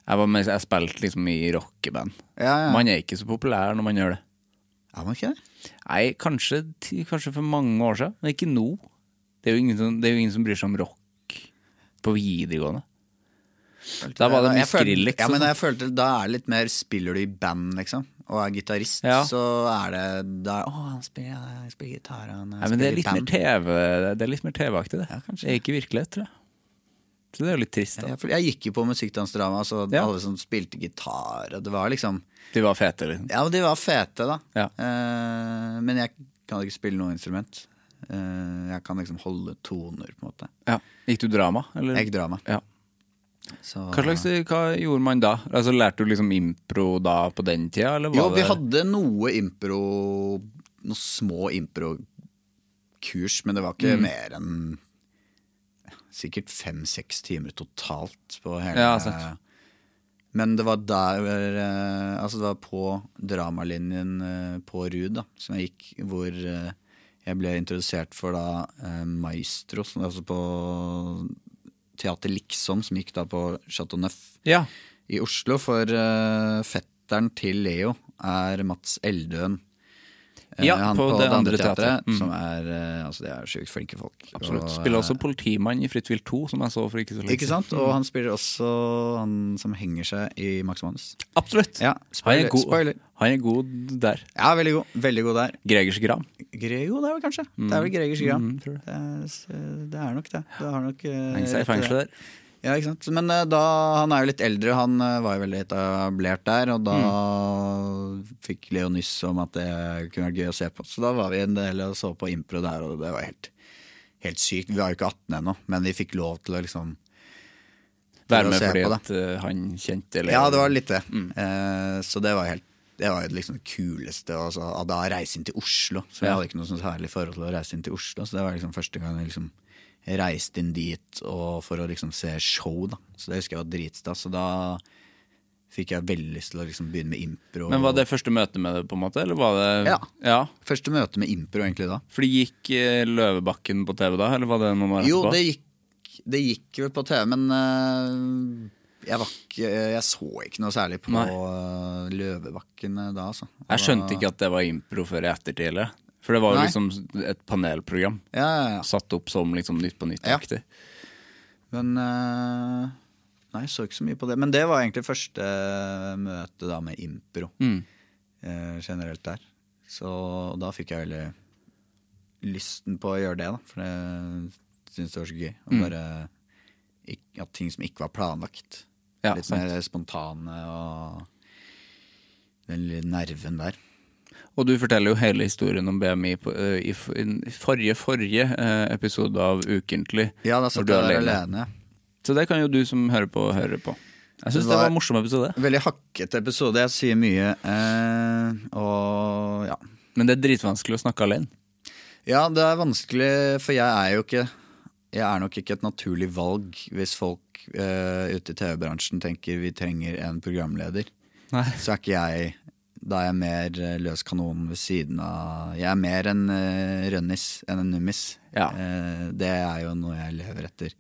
S2: Jeg, var med, jeg spilte liksom i rockeband
S3: Ja, ja.
S2: Man er ikke så populær når man gjør det
S3: Er man ikke det?
S2: Nei, kanskje, ti- kanskje for mange år siden Men ikke nå Det er jo ingen som, det er jo ingen som bryr seg om rock På videregående Da var det
S3: Jeg
S2: mye
S3: følte-
S2: Skrillex
S3: Ja,
S2: og
S3: men
S2: sånn.
S3: jeg følte Da er det litt mer Spiller du i band, liksom? Og er gitarist,
S2: Ja.
S3: så er det da, er- Å, han spiller, ja, han spiller gitar, han
S2: Nei, men det er
S3: spiller i
S2: litt mer
S3: band.
S2: TV Det er litt mer TV-aktig det Det er ikke virkelighet, tror jeg Så det er jo litt trist da
S3: Ja, for Jeg gikk jo på musikkdansdrama,
S2: Ja.
S3: så altså, alle som spilte gitar, og det var liksom
S2: De var fete liksom
S3: Ja, men de var fete, da.
S2: Ja.
S3: Eh, men jeg kan ikke spille noe instrument. Eh, jeg kan liksom holde toner, på en måte.
S2: ja. Gikk du drama? Eller?
S3: Jeg gikk drama.
S2: Ja
S3: Så,
S2: hva, slags, hva gjorde man da? Altså, lærte du liksom impro da på den tida? Eller var
S3: jo, vi
S2: det-
S3: hadde noe impro Noen små impro-kurs, men det var
S2: Mm.
S3: ikke mer enn sikkert fem-seks timer totalt på hele
S2: Ja, sant.
S3: Men det var der eh, Altså, det var på dramalinjen eh, på RUD, da, som jeg gikk, hvor eh, jeg ble introdusert for da eh, Maestro, som- altså på Teater Liksom, som gikk da på Chateau Neuf
S2: Ja,
S3: i Oslo, for eh, fetteren til Leo er Mats Eldøen. Eh,
S2: Ja,
S3: han
S2: på det andre teatret. Mm.
S3: Som er, eh, altså de er sjukt flinke folk.
S2: Absolutt.
S3: Og,
S2: Spiller
S3: eh,
S2: også politimann i Fritt vilt 2, som jeg så for ikke så lenge
S3: Ikke sant? Og han spiller også han som henger seg i Max Manus.
S2: Absolutt.
S3: Ja,
S2: han,
S3: spoiler,
S2: er god,
S3: spoiler.
S2: han er god der.
S3: Ja, veldig god. Veldig god der.
S2: Gregers Gram.
S3: Grego, det er vel kanskje. Det er vel Gregers Gram.
S2: Mm, tror det.
S3: det, er, s- eh, det er nok det. Det har nok eh,
S2: Henger seg i
S3: rett i det.
S2: fengselet der.
S3: Ja, ikke sant? Men eh, da, han er jo litt eldre, han eh, var jo veldig etablert der, og da fikk Leo nyss om at det kunne vært gøy å se på. Så da var vi en del og så på impro der, og det var helt, helt sykt. Vi var jo ikke 18 ennå, men vi fikk lov til å liksom
S2: Være med
S3: å se
S2: fordi
S3: på, da.
S2: at eh, han kjente eller
S3: Ja, det var litt det.
S2: Mm.
S3: Eh, så det var helt det var jo liksom det kuleste. Altså, av da å reise inn til Oslo. Så jeg
S2: Ja.
S3: hadde ikke noe sånn særlig forhold til å reise inn til Oslo. Så det var liksom første gang jeg liksom reiste inn dit og for å liksom se show. da Så det husker jeg var dritstas. Så da fikk jeg veldig lyst til å liksom begynne med impro.
S2: Men var det første møte med det, på en måte? Eller var det
S3: Ja.
S2: ja.
S3: Første møte med impro, egentlig, da.
S2: For det gikk eh, Løvebakken på TV da, eller var det noen år
S3: Jo,
S2: etterpå?
S3: det gikk, det gikk vel på TV, men eh, jeg, var ikke, jeg så ikke noe særlig på
S2: Nei.
S3: eh, Løvebakken eh, da, altså. Det
S2: Jeg skjønte
S3: var-
S2: ikke at det var impro før i ettertid. eller? For det var jo
S3: Nei.
S2: liksom et panelprogram
S3: Ja, ja, ja.
S2: satt opp som liksom Nytt på
S3: Ja.
S2: nytt-aktig.
S3: Men eh, Nei, jeg så ikke så mye på det. Men det var egentlig første eh, møte da med impro
S2: Mm,
S3: eh, generelt der. Så og da fikk jeg veldig lysten på å gjøre det, da. For jeg syntes det var så gøy.
S2: Mm.
S3: å bare ikk- At ting som ikke var planlagt.
S2: Ja,
S3: litt
S2: sant.
S3: mer spontane og den lille nerven der.
S2: Og du forteller jo hele historien om BMI på, eh, i, f- i forrige, forrige eh, episode av Ukentlig.
S3: Ja, da
S2: når
S3: satt
S2: du er
S3: jeg der alene.
S2: Så det kan jo du som hører på, høre på. Jeg syns det
S3: Det
S2: var
S3: var-
S2: en morsom episode.
S3: Veldig hakkete episode. Jeg sier mye. eh, og ja,
S2: Men det er dritvanskelig å snakke alene.
S3: Ja, det er vanskelig, for jeg er jo ikke Jeg er nok ikke et naturlig valg hvis folk eh, ute i TV-bransjen tenker vi trenger en programleder.
S2: Nei.
S3: Så er ikke jeg Da er jeg mer eh, løs kanon ved siden av Jeg er mer en uh, rønnis enn en nummis.
S2: Ja.
S3: Eh, det er jo noe jeg lever etter.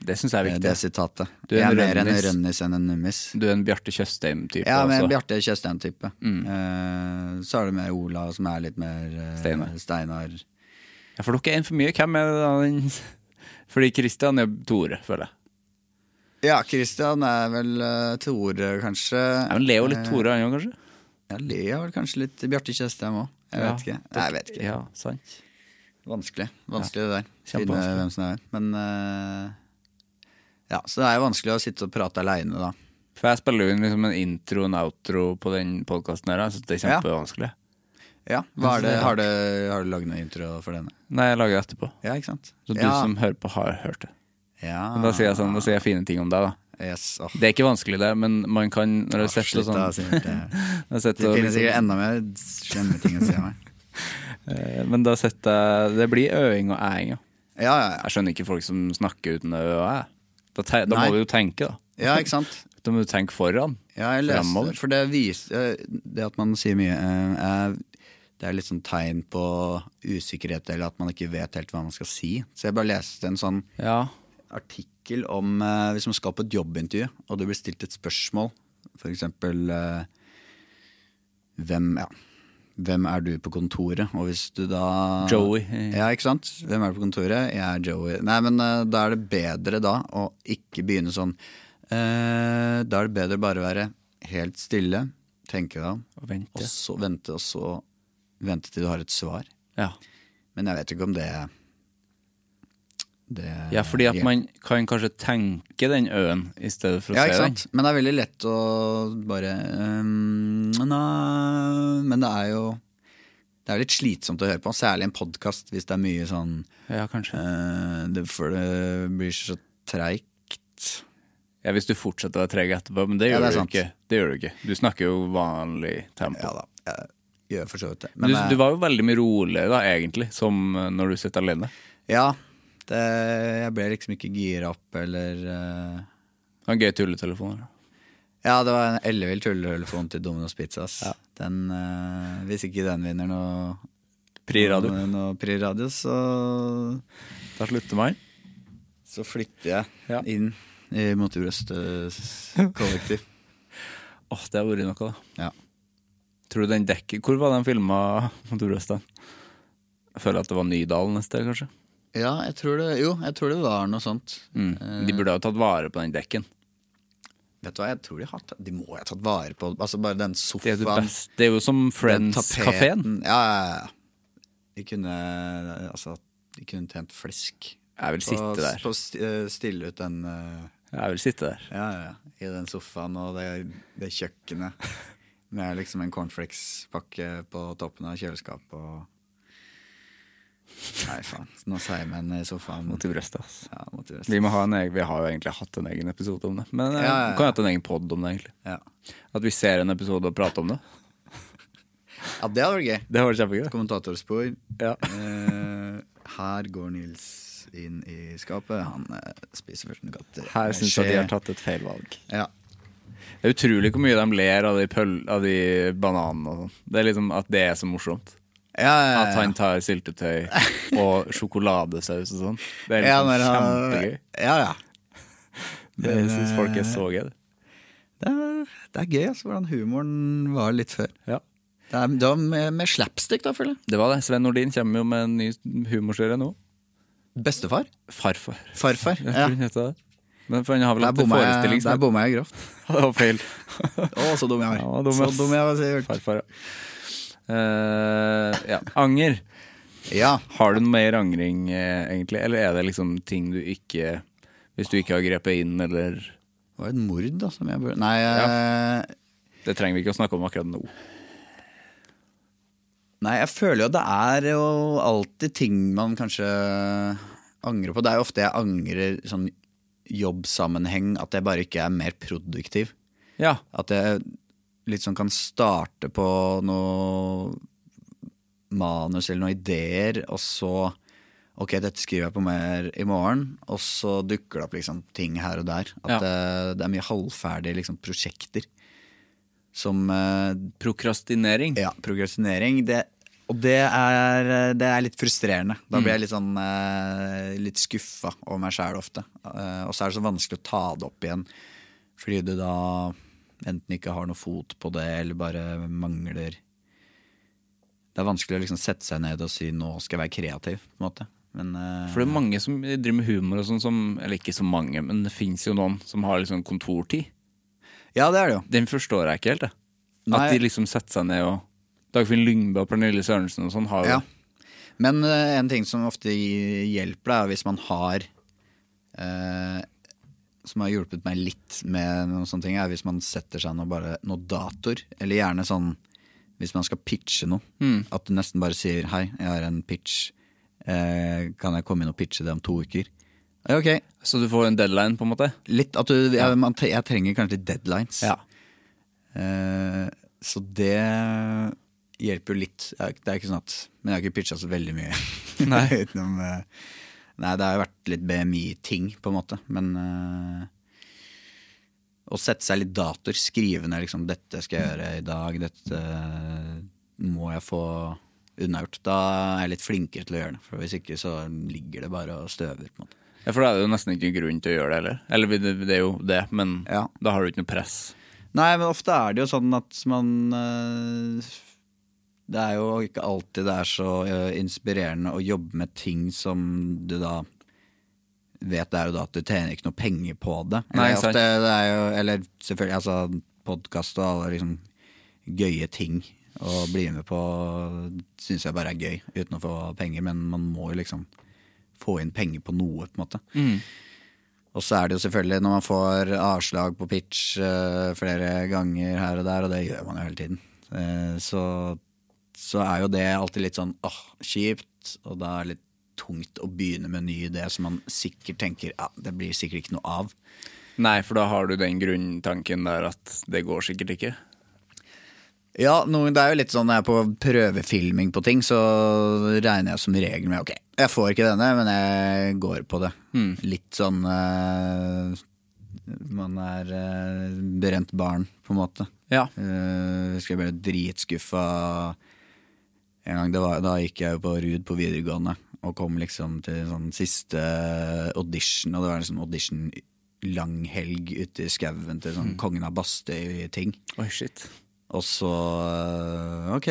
S2: Det syns jeg er
S3: eh,
S2: viktig.
S3: Det sitatet.
S2: Du er
S3: jeg
S2: en
S3: er mer en
S2: rønnis.
S3: rønnis enn en nummis.
S2: Du er en Bjarte Tjøstheim-type.
S3: Ja, med
S2: altså.
S3: Bjarte Tjøstheim-type.
S2: Mm.
S3: Eh, så er det med Ola, som er litt mer eh,
S2: Steinar.
S3: Steinar.
S2: Ja, for dere er en for mye. Hvem er det da? den- [laughs] Fordi Christian er Tore, føler jeg.
S3: Ja, Christian er vel eh, Tore, kanskje.
S2: Ja, men Leo er
S3: Eh,
S2: litt Tore, han òg, kanskje?
S3: Ja, Lea er vel kanskje litt Bjarte Tjøstheim òg. Jeg vet ikke. Nei, jeg vet ikke.
S2: Ja, sant.
S3: Vanskelig. Vanskelig det der. Finne
S2: Kjempevanskelig.
S3: hvem som er hvem. Men eh, Ja, så det er jo vanskelig å sitte og prate aleine, da.
S2: For jeg spiller jo inn liksom en intro og en outro på den podkasten her. Jeg synes det er
S3: Ja.
S2: kjempevanskelig.
S3: Ja, hva er det, har, du, har du lagd noe intro for denne?
S2: Nei, jeg lager det etterpå.
S3: Ja, ikke sant?
S2: Så du
S3: ja.
S2: som hører på, har hørt det.
S3: ja.
S2: Men da sier jeg sånn, da sier jeg fine ting om deg, da.
S3: yes, åh,
S2: Det er ikke vanskelig, det, men man kan når jeg setter
S3: slutt
S2: sånn
S3: da,
S2: [laughs]
S3: Sivert, det-
S2: når jeg setter
S3: Det
S2: og
S3: finnes sikkert
S2: liksom-
S3: enda mer slemme ting å si om meg.
S2: eh, Men da setter jeg Det blir øing og æing, ja.
S3: Ja, ja, ja.
S2: Jeg skjønner ikke folk som snakker uten ø og æ. Da, te, da
S3: Nei.
S2: må du jo tenke, da.
S3: ja ikke sant?
S2: Da må du tenke foran.
S3: Ja, jeg leste,
S2: Fremover.
S3: for det viser Det at man sier mye eh, er, Det er litt sånn tegn på usikkerhet Eller at man ikke vet helt hva man skal si Så jeg bare leste en sånn
S2: Ja.
S3: artikkel om eh, Hvis man skal på et jobbintervju Og det blir stilt et spørsmål For eksempel eh, Hvem, ja hvem er du på kontoret? Og hvis du da
S2: Joey.
S3: Ja, ikke sant? Hvem er du på kontoret? Jeg er Joey. Nei, men eh, da er det bedre da å ikke begynne sånn. Eh, da er det bedre bare å være helt stille, tenke deg om,
S2: Og vente.
S3: og så vente, og så vente til du har et svar.
S2: Ja.
S3: Men jeg vet ikke om det Det
S2: ja, fordi at man kan kanskje tenke den øen i stedet for å
S3: Ja,
S2: se
S3: ikke
S2: den.
S3: sant? Men det er veldig lett å bare ehm, Nei Men det er jo Det er litt slitsomt å høre på, særlig en podkast hvis det er mye sånn
S2: Ja, kanskje.
S3: eh, det, For det blir så treigt.
S2: Ja, Hvis du fortsetter å være treg etterpå, men det
S3: Ja,
S2: gjør,
S3: det er
S2: du
S3: sant.
S2: ikke. det gjør du ikke. Du snakker jo vanlig tempo.
S3: Ja da, jeg gjør for så vidt det.
S2: du,
S3: eh,
S2: du var jo veldig mye roligere da, egentlig, som eh, når du sitter alene.
S3: ja, det, jeg ble liksom ikke gira opp eller eh,
S2: Det var en gøy tulletelefon. eller?
S3: Ja, det var en ellevill tulletelefon til Domino's Pizzas. Den, eh, hvis ikke den vinner noe
S2: Pri radio.
S3: Noe, noe Pri Radio, så,
S2: Da slutter man.
S3: så flytter jeg
S2: Ja.
S3: inn i Motebrøstes
S2: [laughs]
S3: kollektiv.
S2: Åh, det har vært noe, da.
S3: ja.
S2: Tror du den dekker Hvor var den filma, Motorbrøsten? Jeg føler at det var Nydalen neste, kanskje.
S3: ja, jeg tror det Jo, jeg tror det var noe sånt. Eh,
S2: Mm. De burde ha tatt vare på den dekken.
S3: Vet du hva, jeg tror de har tatt De må ha tatt vare på Altså bare den
S2: Det er jo, det
S3: sofaen.
S2: beste. Det er jo som
S3: den
S2: Friends-kafeen.
S3: tapeten. Ja, ja, ja. De kunne Altså, de kunne tjent flesk.
S2: Jeg vil sitte
S3: på,
S2: der.
S3: På st- eh, stille ut den eh,
S2: Jeg vil sitte der.
S3: Ja, ja, ja. I den sofaen og det, det kjøkkenet. Med liksom en cornflakespakke på toppen av kjøleskapet og Nei, faen. Nå sa jeg meg ned i sofaen.
S2: Mot i brøstet, ass.
S3: Ja, mot i
S2: Vi,
S3: brystet.
S2: må ha en egen, vi har jo egentlig hatt en egen episode om det. Men eh,
S3: Ja, ja, ja.
S2: kan vi hatt en egen pod om det, egentlig.
S3: Ja.
S2: At vi ser en episode og prater om det.
S3: ja, det hadde vært gøy.
S2: Det hadde vært kjempegøy.
S3: Kommentatorspor.
S2: Ja.
S3: Eh, her går Nils inn i skapet. Han eh, spiser først nougatter.
S2: Her syns jeg de
S3: Skje.
S2: har tatt et feil valg.
S3: Ja.
S2: Det er utrolig hvor mye de ler av de, pøl, av de bananene og sånn. Det er liksom at det er så morsomt.
S3: Ja, ja,
S2: At
S3: ja.
S2: han tar [laughs] syltetøy og sjokoladesaus og sånn. Det er
S3: Ja,
S2: liksom
S3: når han-
S2: kjempegøy.
S3: Ja, ja.
S2: Det syns folk er så gøy. det.
S3: Det er, det er gøy altså, hvordan humoren var litt før.
S2: Ja.
S3: Det, er, det var med, med slapstick, da, føler jeg.
S2: Det var det. Sven Nordin kommer jo med en ny humorserie nå.
S3: Bestefar?
S2: Farfar.
S3: Farfar?
S2: Jeg
S3: Ja.
S2: tror den heter det. Men for han har vel
S3: Der
S2: hatt en
S3: bomma jeg,
S2: forestilling
S3: der
S2: som
S3: bomma jeg grovt.
S2: [laughs] Det var feil.
S3: [laughs] Å, så dum jeg
S2: Ja,
S3: var.
S2: dum,
S3: så
S2: ass.
S3: dum jeg var, sier jeg.
S2: Farfar, ja. Eh, ja. Anger.
S3: Ja.
S2: Har du noe mer angring, eh, egentlig? Eller er det liksom ting du ikke Hvis du ikke har grepet inn, eller
S3: Det var et mord, da, som jeg burde Nei, eh,
S2: Det trenger vi ikke å snakke om akkurat nå.
S3: nei, jeg føler jo at det er jo alltid ting man kanskje angrer på. Det er jo ofte jeg angrer sånn jobbsammenheng, at jeg bare ikke er mer produktiv.
S2: Ja.
S3: At jeg litt sånn kan starte på noe manus eller noen ideer, og så Ok, dette skriver jeg på mer i morgen, og så dukker det opp liksom ting her og der. At
S2: Ja.
S3: det, det er mye halvferdige liksom, prosjekter. Som eh,
S2: Prokrastinering.
S3: Ja, progresjonering. Det, og det er, det er litt frustrerende. Da blir jeg litt sånn eh, litt skuffa over meg sjæl ofte. Eh, og så er det så vanskelig å ta det opp igjen, fordi du da enten ikke har noe fot på det, eller bare mangler Det er vanskelig å liksom sette seg ned og si 'nå skal jeg være kreativ', på en måte. Men eh,
S2: For det er mange som driver med humor og sånn som Eller ikke så mange, men det fins jo noen som har liksom kontortid.
S3: Ja, det er det jo.
S2: Den forstår jeg ikke helt, jeg. At
S3: Nei.
S2: de liksom setter seg ned og Dagfinn Lyngbø og Pernille Sørensen og sånn har jo
S3: Ja. Men eh, en ting som ofte hjelper, deg, er hvis man har eh, Som har hjulpet meg litt med noen sånne ting, er hvis man setter seg noe, bare, noe datoer. Eller gjerne sånn hvis man skal pitche noe.
S2: Mm.
S3: At du nesten bare sier 'hei, jeg har en pitch'. Eh, kan jeg komme inn og pitche det om to uker? Ja, Ok,
S2: Så du får en deadline, på en måte?
S3: litt at du, jeg, man, tre- jeg trenger kanskje litt deadlines.
S2: Ja.
S3: Eh, så det hjelper jo litt. Det er det er ikke sånn at Men jeg har ikke pitcha så veldig mye. [laughs] Nei. Utenom, eh, nei, det har jo vært litt BMI-ting, på en måte. Men eh, å sette seg litt datoer, skrive ned liksom 'dette skal jeg gjøre i dag', 'dette eh, må jeg få unnagjort', da er jeg litt flinkere til å gjøre det. For hvis ikke så ligger det bare og støver. på en måte
S2: Ja, For da er det jo nesten ikke grunn til å gjøre det heller. Eller det, det er jo det, men
S3: Ja.
S2: da har du ikke noe press.
S3: Nei, men ofte er det jo sånn at man eh, Det er jo ikke alltid det er så eh, inspirerende å jobbe med ting som du da vet det er jo da at du tjener ikke noe penger på det.
S2: Nei,
S3: eller,
S2: sant.
S3: ofte, det er jo, eller selvfølgelig, altså podkast og alle liksom gøye ting å bli med på syns jeg bare er gøy, uten å få penger, men man må jo liksom få inn penger på noe, på en måte.
S2: Mm.
S3: Og så er det jo selvfølgelig når man får avslag på pitch eh, flere ganger her og der, og det gjør man jo hele tiden, eh, så, så er jo det alltid litt sånn åh, kjipt, og da er det litt tungt å begynne med en ny idé som man sikkert tenker ja, det blir sikkert ikke noe av.
S2: Nei, for da har du den grunntanken der at det går sikkert ikke.
S3: Ja, noen, det er jo litt sånn når jeg er på prøvefilming på ting, så regner jeg som regel med ok, jeg får ikke denne, men jeg går på det. Litt sånn eh, Man er eh, brent barn, på en måte.
S2: Ja.
S3: Eh, husker jeg ble dritskuffa en gang. Det var, da gikk jeg jo på Ruud på videregående og kom liksom til sånn siste audition, og det var liksom audition langhelg ute i skauen til sånn Kongen av Bastøy-ting.
S2: Oi, shit.
S3: Og så øh, Ok,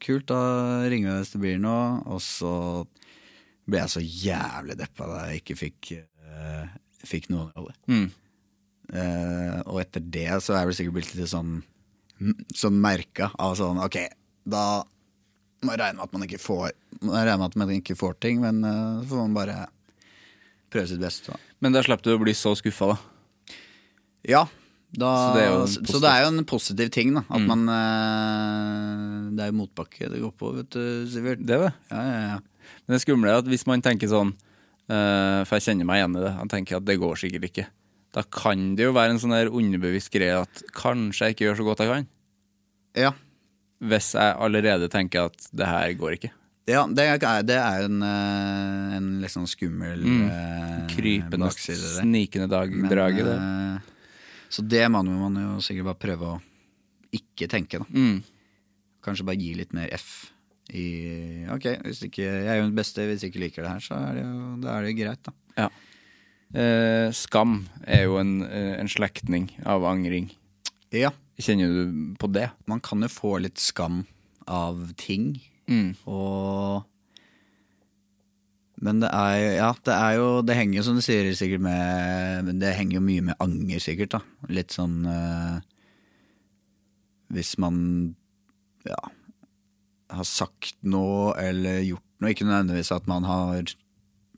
S3: kult, da ringer vi hvis det blir noe. Og så ble jeg så jævlig deppa da jeg ikke fikk, øh, fikk noen rolle.
S2: Mm.
S3: Eh, og etter det så er jeg vel sikkert blitt litt sånn Sånn merka av sånn Ok, da må jeg regne med at man ikke får må jeg regne med at man ikke får ting, men øh, så får man bare prøve sitt beste. da.
S2: Men da slapp du å bli så skuffa, da.
S3: Ja. Da,
S2: Så det er jo en
S3: så,
S2: positiv- Mm.
S3: det er jo en positiv ting, da. At man eh, Det er jo motbakke det går på, vet du, Sivert.
S2: Det er det.
S3: Ja, ja, ja.
S2: Men det skumle er at hvis man tenker sånn eh, For jeg kjenner meg igjen i det. Jeg tenker at det går sikkert ikke. Da kan det jo være en sånn der underbevisst greie at kanskje jeg ikke gjør så godt jeg kan.
S3: Ja.
S2: Hvis jeg allerede tenker at det her går ikke.
S3: ja det, er, det er en, eh, en litt sånn skummel eh,
S2: Mm. Krypende,
S3: bakside der.
S2: snikende dag,
S3: Men,
S2: draget. det.
S3: eh, Så det må man jo sikkert bare prøve å ikke tenke, da.
S2: Mm.
S3: Kanskje bare gi litt mer F i Ok, hvis ikke, jeg er jo den beste, hvis jeg ikke liker det her, så er det jo, da er det jo greit, da.
S2: Ja. Eh, skam er jo en, eh, en slektning av angring.
S3: Ja,
S2: Kjenner du på det?
S3: man kan jo få litt skam av ting, og men det er, jo- ja, det er jo Det henger jo som du sier sikkert med men Det henger jo mye med anger, sikkert. da Litt sånn eh, Hvis man ja, har sagt noe eller gjort noe. Ikke nødvendigvis at man har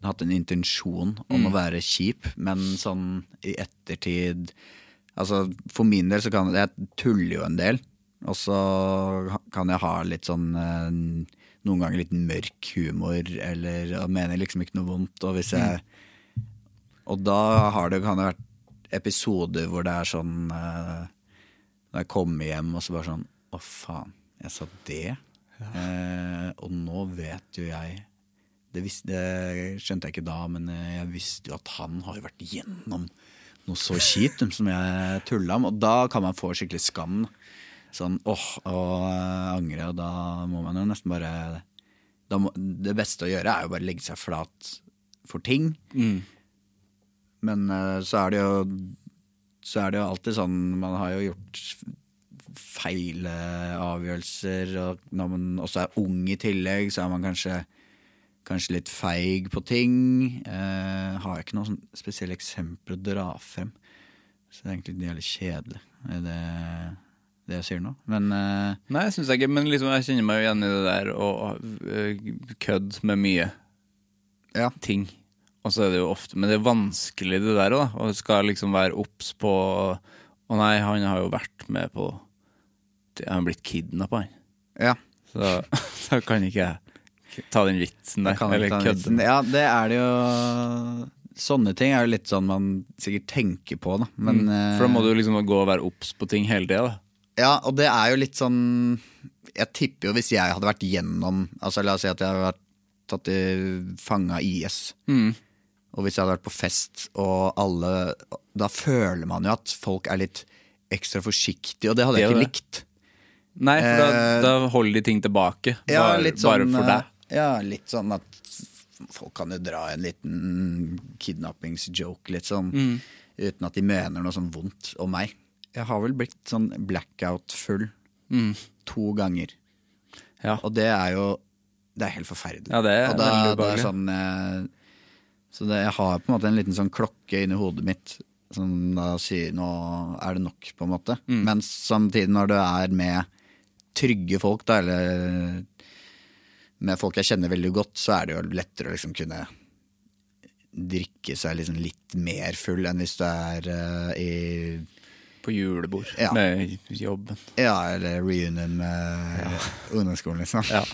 S3: hatt en intensjon om å være kjip, men sånn i ettertid Altså For min del så kan jeg tuller jo en del, og så ha- kan jeg ha litt sånn eh, noen ganger litt mørk humor, eller og mener liksom ikke noe vondt. Og hvis jeg Og da har det, kan det ha vært episoder hvor det er sånn eh, da jeg kom hjem og så bare sånn Å faen, jeg sa det eh, Og nå vet jo jeg det, vis- det skjønte jeg ikke da Men eh, jeg visste jo at han har jo vært gjennom Noe så kjipt dem som jeg tullet om Og da kan man få skikkelig skam da. Sånn, åh, og eh, angre Og da må man jo nesten bare da må, Det beste å gjøre er jo bare legge seg flat For ting Men eh, så er det jo så er det jo alltid sånn Man har jo gjort f- feil eh, avgjørelser, og når man også er ung i tillegg, så er man kanskje, kanskje litt feig på ting. Eh, har ikke noe sånn spesielle eksempler å dra frem. Så det er egentlig jævlig kjedelig, er det, det jeg sier nå. Men eh,
S2: Nei, jeg syns ikke, men liksom, jeg kjenner meg jo igjen i det der å øh, kødde med mye
S3: ja.
S2: ting. Og så er det jo ofte Men det er vanskelig, det der òg, og skal liksom være obs på Å nei, han har jo vært med på det- Han har blitt kidnappa, han.
S3: ja.
S2: Så [laughs] da kan ikke jeg ta den vitsen der,
S3: Kan
S2: eller
S3: ikke ta den
S2: kødde.
S3: vitsen. Ja, det er det jo Sånne ting er jo litt sånn man sikkert tenker på, da. Men, eh,
S2: For da må du liksom gå og være obs på ting hele tida, da.
S3: Ja, og det er jo litt sånn Jeg tipper jo hvis jeg hadde vært gjennom Altså La oss si at jeg hadde vært tatt i fanga IS.
S2: Mm.
S3: Og hvis jeg hadde vært på fest, og alle Da føler man jo at folk er litt ekstra forsiktige, og det hadde jeg
S2: Det er jo
S3: ikke likt.
S2: Nei, for da,
S3: Eh,
S2: da holder de ting tilbake.
S3: Ja,
S2: bare,
S3: litt sånn,
S2: bare for deg.
S3: eh, Ja, litt sånn at folk kan jo dra en liten kidnappingsjoke, litt sånn.
S2: Mm.
S3: Uten at de mener noe sånn vondt om meg. Jeg har vel blitt sånn blackout-full
S2: Mm.
S3: to ganger.
S2: Ja.
S3: Og det er jo Det er helt forferdelig.
S2: Ja, det er
S3: og da,
S2: veldig
S3: det er
S2: ubehagelig.
S3: sånn, eh, så det, jeg har på en måte en liten sånn klokke inni hodet mitt som da sier nå er det nok, på en måte.
S2: Mm.
S3: Men samtidig, når du er med trygge folk, da, eller med folk jeg kjenner veldig godt, så er det jo lettere å liksom kunne drikke seg liksom litt mer full enn hvis du er eh, i
S2: På julebord
S3: Ja.
S2: med jobben.
S3: ja, eller reunion med ungdomsskolen, liksom.
S2: Ja.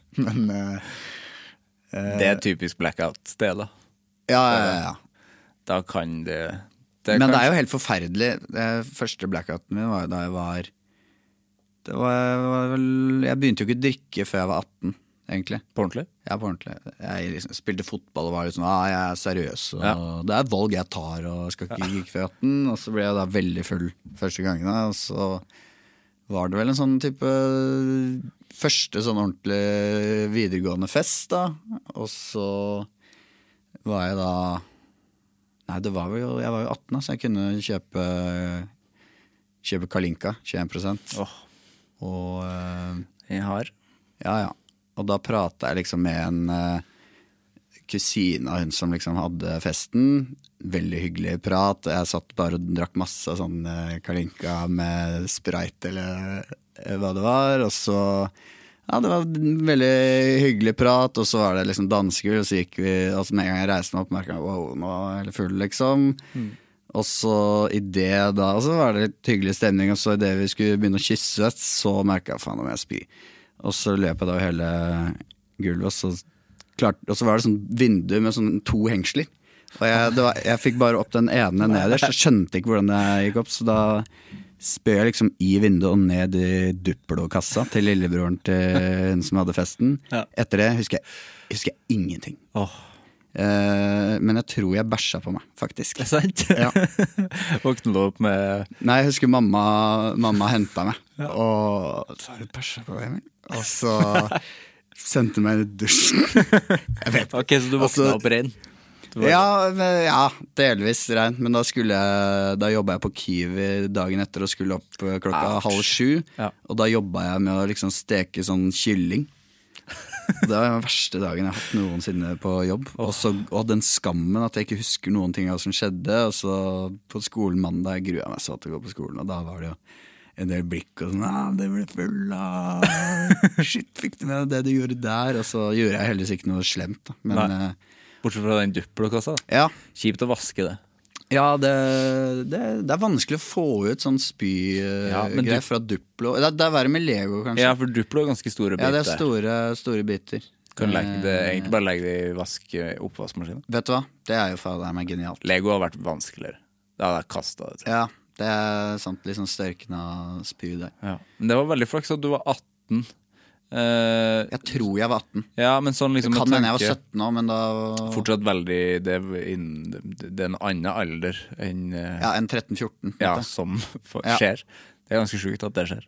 S3: [laughs] Men eh,
S2: Det er typisk blackout-sted, da.
S3: ja, ja, ja.
S2: Da kan det,
S3: Men det
S2: kanskje-
S3: er jo helt forferdelig. Det første blackouten min var jo da jeg var Det var, var vel Jeg begynte jo ikke å drikke før jeg var 18, egentlig.
S2: på ordentlig.
S3: Jeg, på ordentlig. jeg liksom spilte fotball og var liksom ah, jeg er seriøs. Og Det er et valg jeg tar, og jeg skal ikke drikke før jeg er 18. Og så ble jeg da veldig full første gangen. Og så var det vel en sånn type øh, første sånn ordentlig videregående fest, da. Og så var jeg da Nei, det var jo, jeg var jo 18, da, så jeg kunne kjøpe, kjøpe Kalinka 21
S2: Åh,
S3: Og eh,
S2: jeg har.
S3: ja, ja. Og da prata jeg liksom med en eh, kusine av hun som liksom hadde festen. Veldig hyggelig prat. Jeg satt bare og drakk masse sånn eh, kalinka med sprite eller eh, hva det var. Og så Ja, det var en veldig hyggelig prat, og så var det liksom dansegull, og så gikk vi Og så med en gang jeg reiste meg opp, merka jeg wow, nå er jeg helt full, liksom. Og så i det da Og så var det litt hyggelig stemning, og så idet vi skulle begynne å kysse, så merka jeg faen om jeg spyr. Og så løp jeg da over hele gulvet, og så klart, og så var det sånn vindu med sånn to hengsler. Og jeg, det var, jeg fikk bare opp den ene nederst, jeg skjønte ikke hvordan det gikk opp. Så da spød jeg liksom i vinduet og ned i Duplo-kassa til lillebroren til hun som hadde festen.
S2: Ja.
S3: Etter det husker jeg, husker jeg ingenting.
S2: [laughs]
S3: Eh, men jeg tror jeg bæsja på meg, faktisk.
S2: Det er sant?
S3: Ja.
S2: [laughs] Våknet opp med
S3: Nei, jeg husker mamma, mamma henta meg. Og så har du bæsja på deg, Emil. Og
S2: [laughs]
S3: så sendte hun meg i dusjen. Jeg vet
S2: Ok, så du våkna
S3: Altså-
S2: opp ren? Du var-
S3: Ja, men- ja, delvis reint. Men da, skulle jeg- da jobba jeg på Kiwi dagen etter og skulle opp eh, klokka
S2: Ouch.
S3: halv sju.
S2: Ja.
S3: Og da jobba jeg med å liksom steke sånn kylling. Det var den verste dagen jeg har hatt noensinne på jobb. Og, så, og den skammen at jeg ikke husker noen ting av som skjedde. Og så på skolen mandag grua jeg meg så til å gå på skolen, og da var det jo en del blikk og sånn ah, 'Det ble full av
S2: [laughs]
S3: Shit, fikk du med deg det du gjorde der?' Og så gjorde jeg heldigvis ikke noe slemt, da. Men
S2: Nei.
S3: eh,
S2: Bortsett fra den Duplo-kassa. da.
S3: ja.
S2: Kjipt å vaske det.
S3: Ja, det, det, det er vanskelig å få ut sånn
S2: Ja, men
S3: spygreier
S2: du-
S3: fra Duplo. Det, er- det er verre med Lego, kanskje.
S2: Ja, for Duplo er ganske store
S3: Altså- Ja,
S2: biter.
S3: det er store, store biter.
S2: Kan legge det,
S3: Eh,
S2: egentlig bare legge det i vask eh, oppvaskmaskinen.
S3: Vet du hva? Det er jo fader meg genialt.
S2: Lego har vært vanskeligere. Da hadde jeg kasta det. tror jeg.
S3: Ja, det er sant. Litt sånn størkna spy der.
S2: Ja. Men det var veldig flaks at du var 18. Eh,
S3: Jeg tror jeg var 18.
S2: ja, men sånn liksom
S3: Det
S2: med
S3: kan hende jeg
S2: tanke-
S3: var 17 òg, men da
S2: Fortsatt veldig Det er innen- det er en annen alder enn eh,
S3: Ja, en 13-14.
S2: ja, som [laughs] for,
S3: Ja.
S2: skjer. Det er ganske sjukt at det skjer.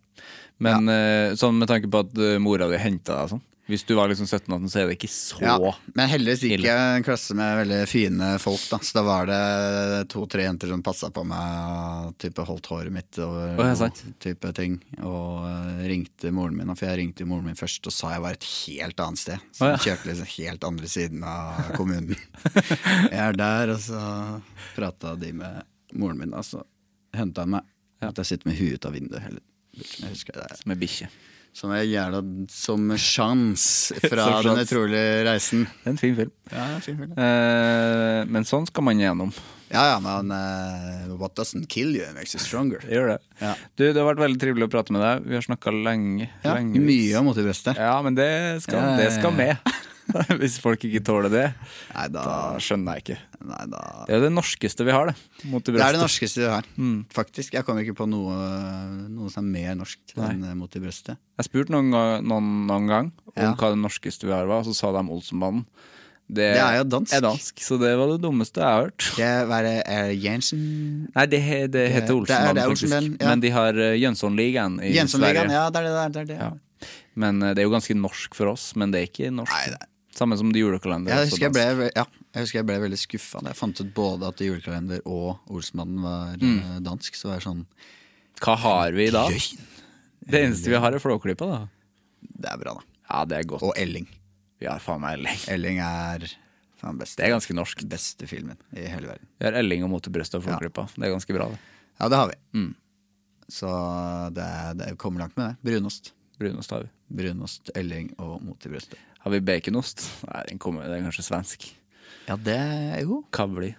S2: Men eh, sånn med tanke på at eh, mora di henta deg og sånn. Hvis du var liksom 17-18, så er det ikke så
S3: Ja, men heldigvis gikk
S2: ille.
S3: jeg i en klasse med veldig fine folk, da. Så da var det to-tre jenter som passa på meg og type holdt håret mitt og,
S2: Å, ja, sant.
S3: type ting. Og eh, ringte moren min, og for jeg ringte jo moren min først og sa jeg var et helt annet sted. Så
S2: Å, ja.
S3: jeg kjørte liksom helt andre siden av
S2: [laughs]
S3: kommunen. jeg er der, og så prata de med moren min, da. Så henta han meg. At jeg sitter med huet ut av vinduet hele Jeg husker det.
S2: med bikkje.
S3: Som en jævla Som
S2: [laughs]
S3: sjans fra
S2: Som
S3: Den
S2: sjans.
S3: utrolige reisen.
S2: Det er en fin film.
S3: Ja, fin film.
S2: Eh, men sånn skal man gjennom.
S3: Ja, ja, men eh, what doesn't kill you makes you stronger.
S2: Gjør det.
S3: Ja.
S2: Du, det har vært veldig trivelig å prate med deg. Vi har snakka lenge.
S3: Ja,
S2: lenge.
S3: mye om mot i brøstet.
S2: Ja, men det skal,
S3: Ja, ja,
S2: Det skal
S3: ja.
S2: med. [laughs] Hvis folk ikke tåler det,
S3: Nei da,
S2: da skjønner jeg ikke.
S3: nei da.
S2: Det Mm. er jo det norskeste vi har, det. Mot i
S3: Det er det
S2: brøstet.
S3: norskeste du har, faktisk. Jeg kommer ikke på noe, noe som er mer norsk enn eh, mot i brøstet.
S2: Jeg spurte noen, ga- noen, noen gang om
S3: Ja.
S2: hva det norskeste vi har var, og så sa de Olsenbanden.
S3: Det er jo dansk.
S2: er dansk, så det var det dummeste jeg har hørt.
S3: Det er, er Jensen
S2: Nei, det, he- det
S3: det
S2: heter
S3: er-
S2: Olsenbanden,
S3: det er
S2: faktisk.
S3: Olsenbanden, ja.
S2: Men de har eh, Jönssonligaen i
S3: Jensenligaen,
S2: Sverige.
S3: ja, det er det der. Det er det.
S2: Ja. Men eh, det er jo ganske norsk for oss, men det er ikke norsk.
S3: Nei, nei.
S2: Samme som de julekalender.
S3: Jeg,
S2: også
S3: husker jeg,
S2: dansk.
S3: ble, ja, jeg husker jeg ble veldig skuffa da jeg fant ut både at Julekalender og Olsenmannen var eh,
S2: Mm.
S3: dansk. Så var jeg sånn
S2: Hva har vi da?
S3: Løgn!
S2: Det eneste vi har, er Flåklypa, da.
S3: Det er bra, da.
S2: Ja, det er godt.
S3: Og Elling.
S2: Vi har faen meg Elling.
S3: Elling er faen best.
S2: Det er ganske norsk.
S3: beste filmen i hele verden.
S2: Vi har Elling og Mot i brystet og Flåklypa. Det er ganske bra, det.
S3: Ja, det har vi. Så det, er- det kommer langt med det. Brunost.
S2: Brunost har vi.
S3: Brunost, Elling og Mot i brøstet.
S2: Har vi baconost? Nei, den kommer, det er kanskje svensk.
S3: Ja, det er jo
S2: Kavli.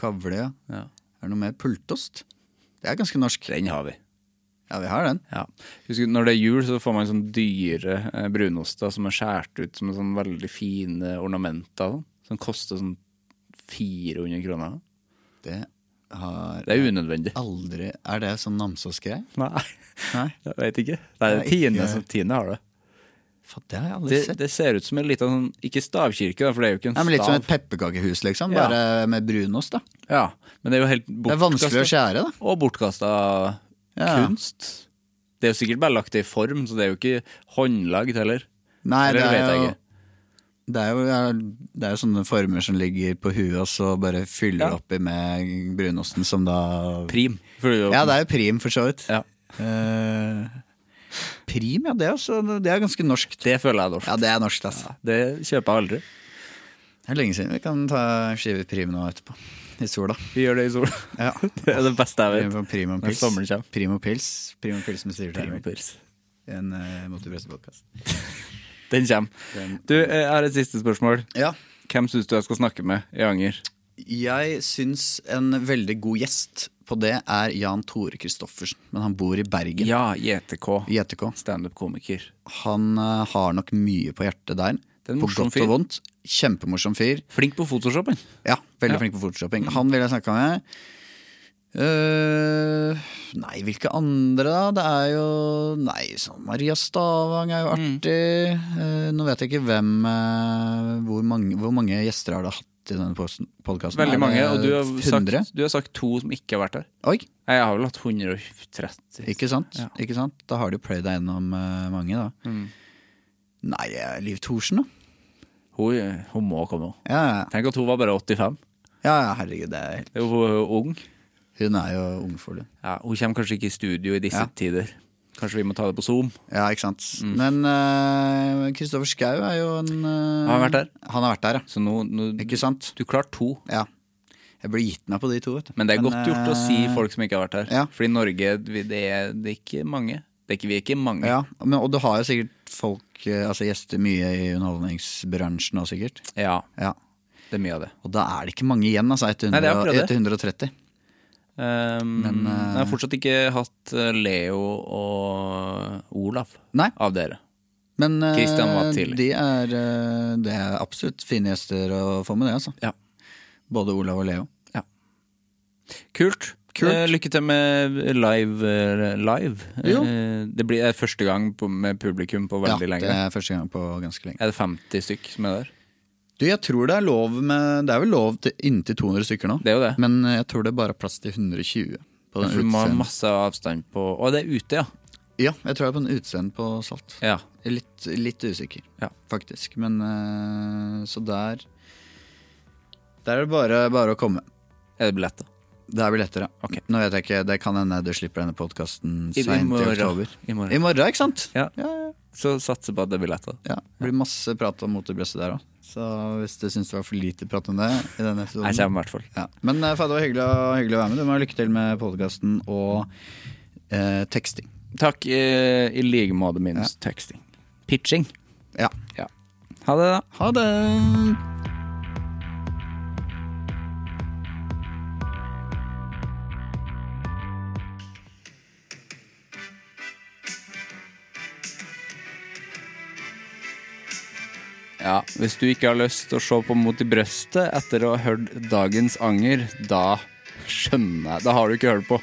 S3: Kavle, ja.
S2: Ja.
S3: Er det noe mer? Pultost? Det er ganske norsk.
S2: Den har vi.
S3: Ja, vi har den.
S2: Ja. Husker, du, når det er jul, så får man sånne dyre eh, brunoster som er skåret ut som sånne veldig fine ornamenter. Sånn. Som koster sånn 400 kroner.
S3: Det har
S2: Det er unødvendig.
S3: aldri Er det sånn Namsos-greie?
S2: Nei,
S3: [laughs] Nei.
S2: jeg vet ikke. Det er
S3: Nei,
S2: Tine
S3: ikke-
S2: som Tine har det.
S3: Faen, det har jeg aldri
S2: Det,
S3: sett.
S2: det ser ut som en liten sånn Ikke stavkirke, da, for det er jo ikke en
S3: Nei, men Litt som et
S2: stav.
S3: pepperkakehus, liksom.
S2: Ja.
S3: Bare med brunost, da.
S2: ja, men det er jo helt
S3: Det er vanskelig å
S2: bortkastet.
S3: skjære, da.
S2: Og bortkasta
S3: Ja.
S2: kunst. Det er jo sikkert bare lagt i form, så det er jo ikke håndlagd heller.
S3: Nei,
S2: Eller
S3: det
S2: vet
S3: er
S2: jeg
S3: jo
S2: ikke.
S3: Det er jo det er jo sånne former som ligger på huet, og så bare fyller
S2: Ja.
S3: oppi med brunosten, som da
S2: Prim. For det er jo-
S3: Ja, det er jo prim, for så vidt.
S2: Ja.
S3: Eh, prim, ja, det er, også, det er ganske norskt.
S2: det føler jeg er norsk.
S3: Ja, det er norskt, altså.
S2: Det kjøper jeg aldri.
S3: Det er lenge siden. Vi kan ta en skive prim nå etterpå. I sola.
S2: Vi gjør det i sola.
S3: Ja.
S2: [laughs] Det er sånn det beste jeg
S3: Prim
S2: vet.
S3: og- prim og
S2: Når
S3: pils.
S2: sommeren kommer.
S3: Prim og pils, Prim og pils som sier til Emil.
S2: Primapils.
S3: En uh, motivbrøstpodkast.
S2: Den kommer. Du, eh, jeg har et siste spørsmål.
S3: Ja.
S2: Hvem syns du jeg skal snakke med i Anger?
S3: Jeg syns en veldig god gjest på det er Jan Tore Christoffersen, men han bor i Bergen.
S2: Ja, JTK.
S3: I ETK.
S2: Standup-komiker.
S3: Han eh, har nok mye på hjertet der.
S2: Det er en
S3: På
S2: morsom
S3: godt
S2: fyr.
S3: og vondt. Kjempemorsom fyr.
S2: Flink på Photoshop, han.
S3: Ja, veldig
S2: Ja.
S3: flink på photoshopping. Han vil jeg snakke med. Eh, nei, hvilke andre da? Det er jo Nei, sånn Maria Stavang er jo
S2: Mm.
S3: artig. Eh, nå vet jeg ikke hvem eh, hvor, mange, hvor mange gjester har du hatt i denne podkasten?
S2: Veldig mange. Og du har, sagt, du har sagt to som ikke har vært der.
S3: Oi,
S2: Nei, Jeg har vel hatt 130.
S3: ikke sant?
S2: Ja. Mm.
S3: Ikke sant? Da har du pløyd deg gjennom eh, mange, da. Nei, eh, Liv Thorsen, da.
S2: Hun, eh, hun må komme.
S3: Ja, ja,
S2: Tenk at hun var bare 85.
S3: ja, ja, herregud. Det er, helt-
S2: Det er jo- Hun er jo ung.
S3: hun er jo ung for det.
S2: Ja, hun kommer kanskje ikke i studio i disse
S3: Ja.
S2: tider. Kanskje vi må ta det på Zoom.
S3: Ja, ikke sant.
S2: Mm.
S3: Men Kristoffer Schau er jo en eh,
S2: Har han vært der?
S3: Han har vært der, ja.
S2: Så nå, nå
S3: Ikke sant?
S2: Du klarte to.
S3: Ja. Jeg ble gitt meg på de to, vet du.
S2: Men det er godt gjort å si
S3: eh,
S2: folk som ikke har vært her.
S3: ja.
S2: Fordi Norge, vi- det er, det er ikke mange. Det er ikke, vi er ikke mange.
S3: Ja, men, og du har jo sikkert folk, eh, altså gjester mye i underholdningsbransjen nå, sikkert.
S2: Ja,
S3: Ja.
S2: det er mye av det.
S3: Og da er det ikke mange igjen, altså. Etter,
S2: Nei, det er
S3: 100,
S2: akkurat det.
S3: etter 130.
S2: Um,
S3: eh,
S2: jeg har fortsatt ikke hatt eh, Leo og Olav
S3: Nei,
S2: av dere.
S3: men eh,
S2: Christian var tidlig.
S3: de er, eh, det er absolutt fine gjester å få med det, altså.
S2: Ja.
S3: Både Olav og Leo.
S2: Kult.
S3: Kult.
S2: Eh, lykke til med live. eh, live.
S3: Jo.
S2: Eh, det blir eh, første gang på, med publikum på veldig
S3: ja,
S2: lenge.
S3: det er første gang på ganske lenge.
S2: Er det 50 stykk som er der?
S3: Du, jeg tror det er lov med Det er vel lov til inntil 200 stykker nå.
S2: Det er jo det.
S3: Men eh, jeg tror det er bare plass til 120 på den
S2: For du må ha
S3: utscenen.
S2: masse avstand på Å, det er ute, ja.
S3: Ja, jeg tror det er på den utscenen på Salt.
S2: ja.
S3: Jeg er Litt, litt usikker,
S2: Ja.
S3: faktisk. Men eh, så der Der er det bare, bare å komme.
S2: Er det billetter?
S3: Det er billetter, ja.
S2: Ok.
S3: Nå vet jeg ikke, det kan hende du slipper denne podkasten
S2: I- i
S3: seint i
S2: morgen.
S3: oktober.
S2: I morgen.
S3: I morgen, ikke sant?
S2: Ja.
S3: Ja, ja.
S2: Så satser på at det er billetter.
S3: ja. Det blir masse prat om motebrøstet der òg. Så hvis du syns det var for lite prat om det i denne episoden
S2: Jeg kommer i hvert fall.
S3: Ja. Men eh, faen, det var hyggelig, å- hyggelig å være med. Du må ha lykke til med podkasten og eh, teksting.
S2: Takk eh, i like måte, minus teksting. Pitching.
S3: Ja.
S2: Ja. Ha det, da.
S3: Ha det!
S2: Ja, Hvis du ikke har lyst til å se på Mot i brøstet etter å ha hørt Dagens anger, da skjønner jeg Da har du ikke hørt på.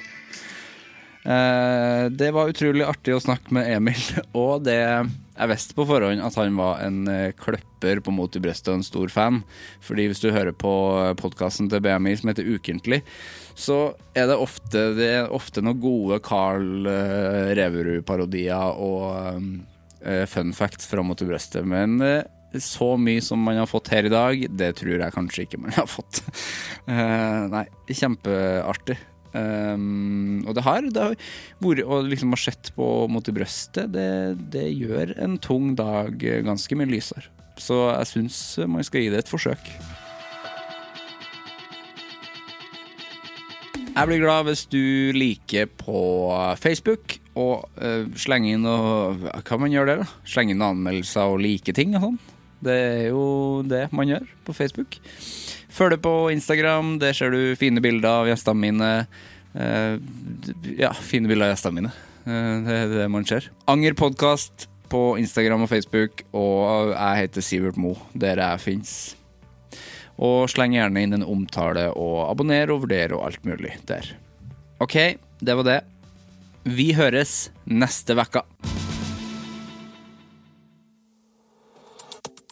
S2: Eh, det var utrolig artig å snakke med Emil, [laughs] og det jeg visste på forhånd at han var en eh, kløpper på Mot i brøstet og en stor fan. Fordi hvis du hører på podkasten til BMI som heter Ukentlig, så er det ofte, det er ofte noen gode Carl eh, Reverud-parodier og eh, fun facts fra Mot i brøstet. Men eh, så mye som man har fått her i dag, det tror jeg kanskje ikke man har fått. [laughs] Eh, nei, kjempeartig. Um, og det har, det har vært Å liksom ha sett på mot i brøstet, det, det gjør en tung dag ganske mye lysere. Så jeg syns man skal gi det et forsøk. Jeg blir glad hvis du liker på Facebook og uh, slenger inn og Hva kan man gjøre der, da? Slenge inn anmeldelser og like ting og sånn. Det er jo det man gjør på Facebook. Følg det på Instagram, der ser du fine bilder av gjestene mine. Eh, d- ja, fine bilder av gjestene mine. Eh, det er det man ser. Anger podkast på Instagram og Facebook, og jeg heter Sivert Mo, der jeg fins. Og sleng gjerne inn en omtale og abonner og vurder og alt mulig der. OK, det var det. Vi høres neste vekka.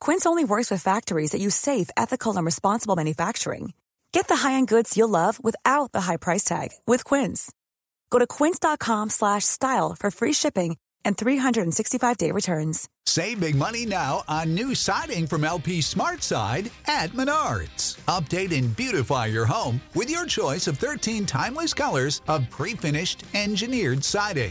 S4: Quince only works with factories that use safe, ethical, and responsible manufacturing. Get the high-end goods you'll love without the high price tag with Quince. Go to quince.com slash style for free shipping and 365-day returns.
S5: Save big money now on new siding from LP Smart Side at Menards. Update and beautify your home with your choice of 13 timeless colors of pre finished engineered siding.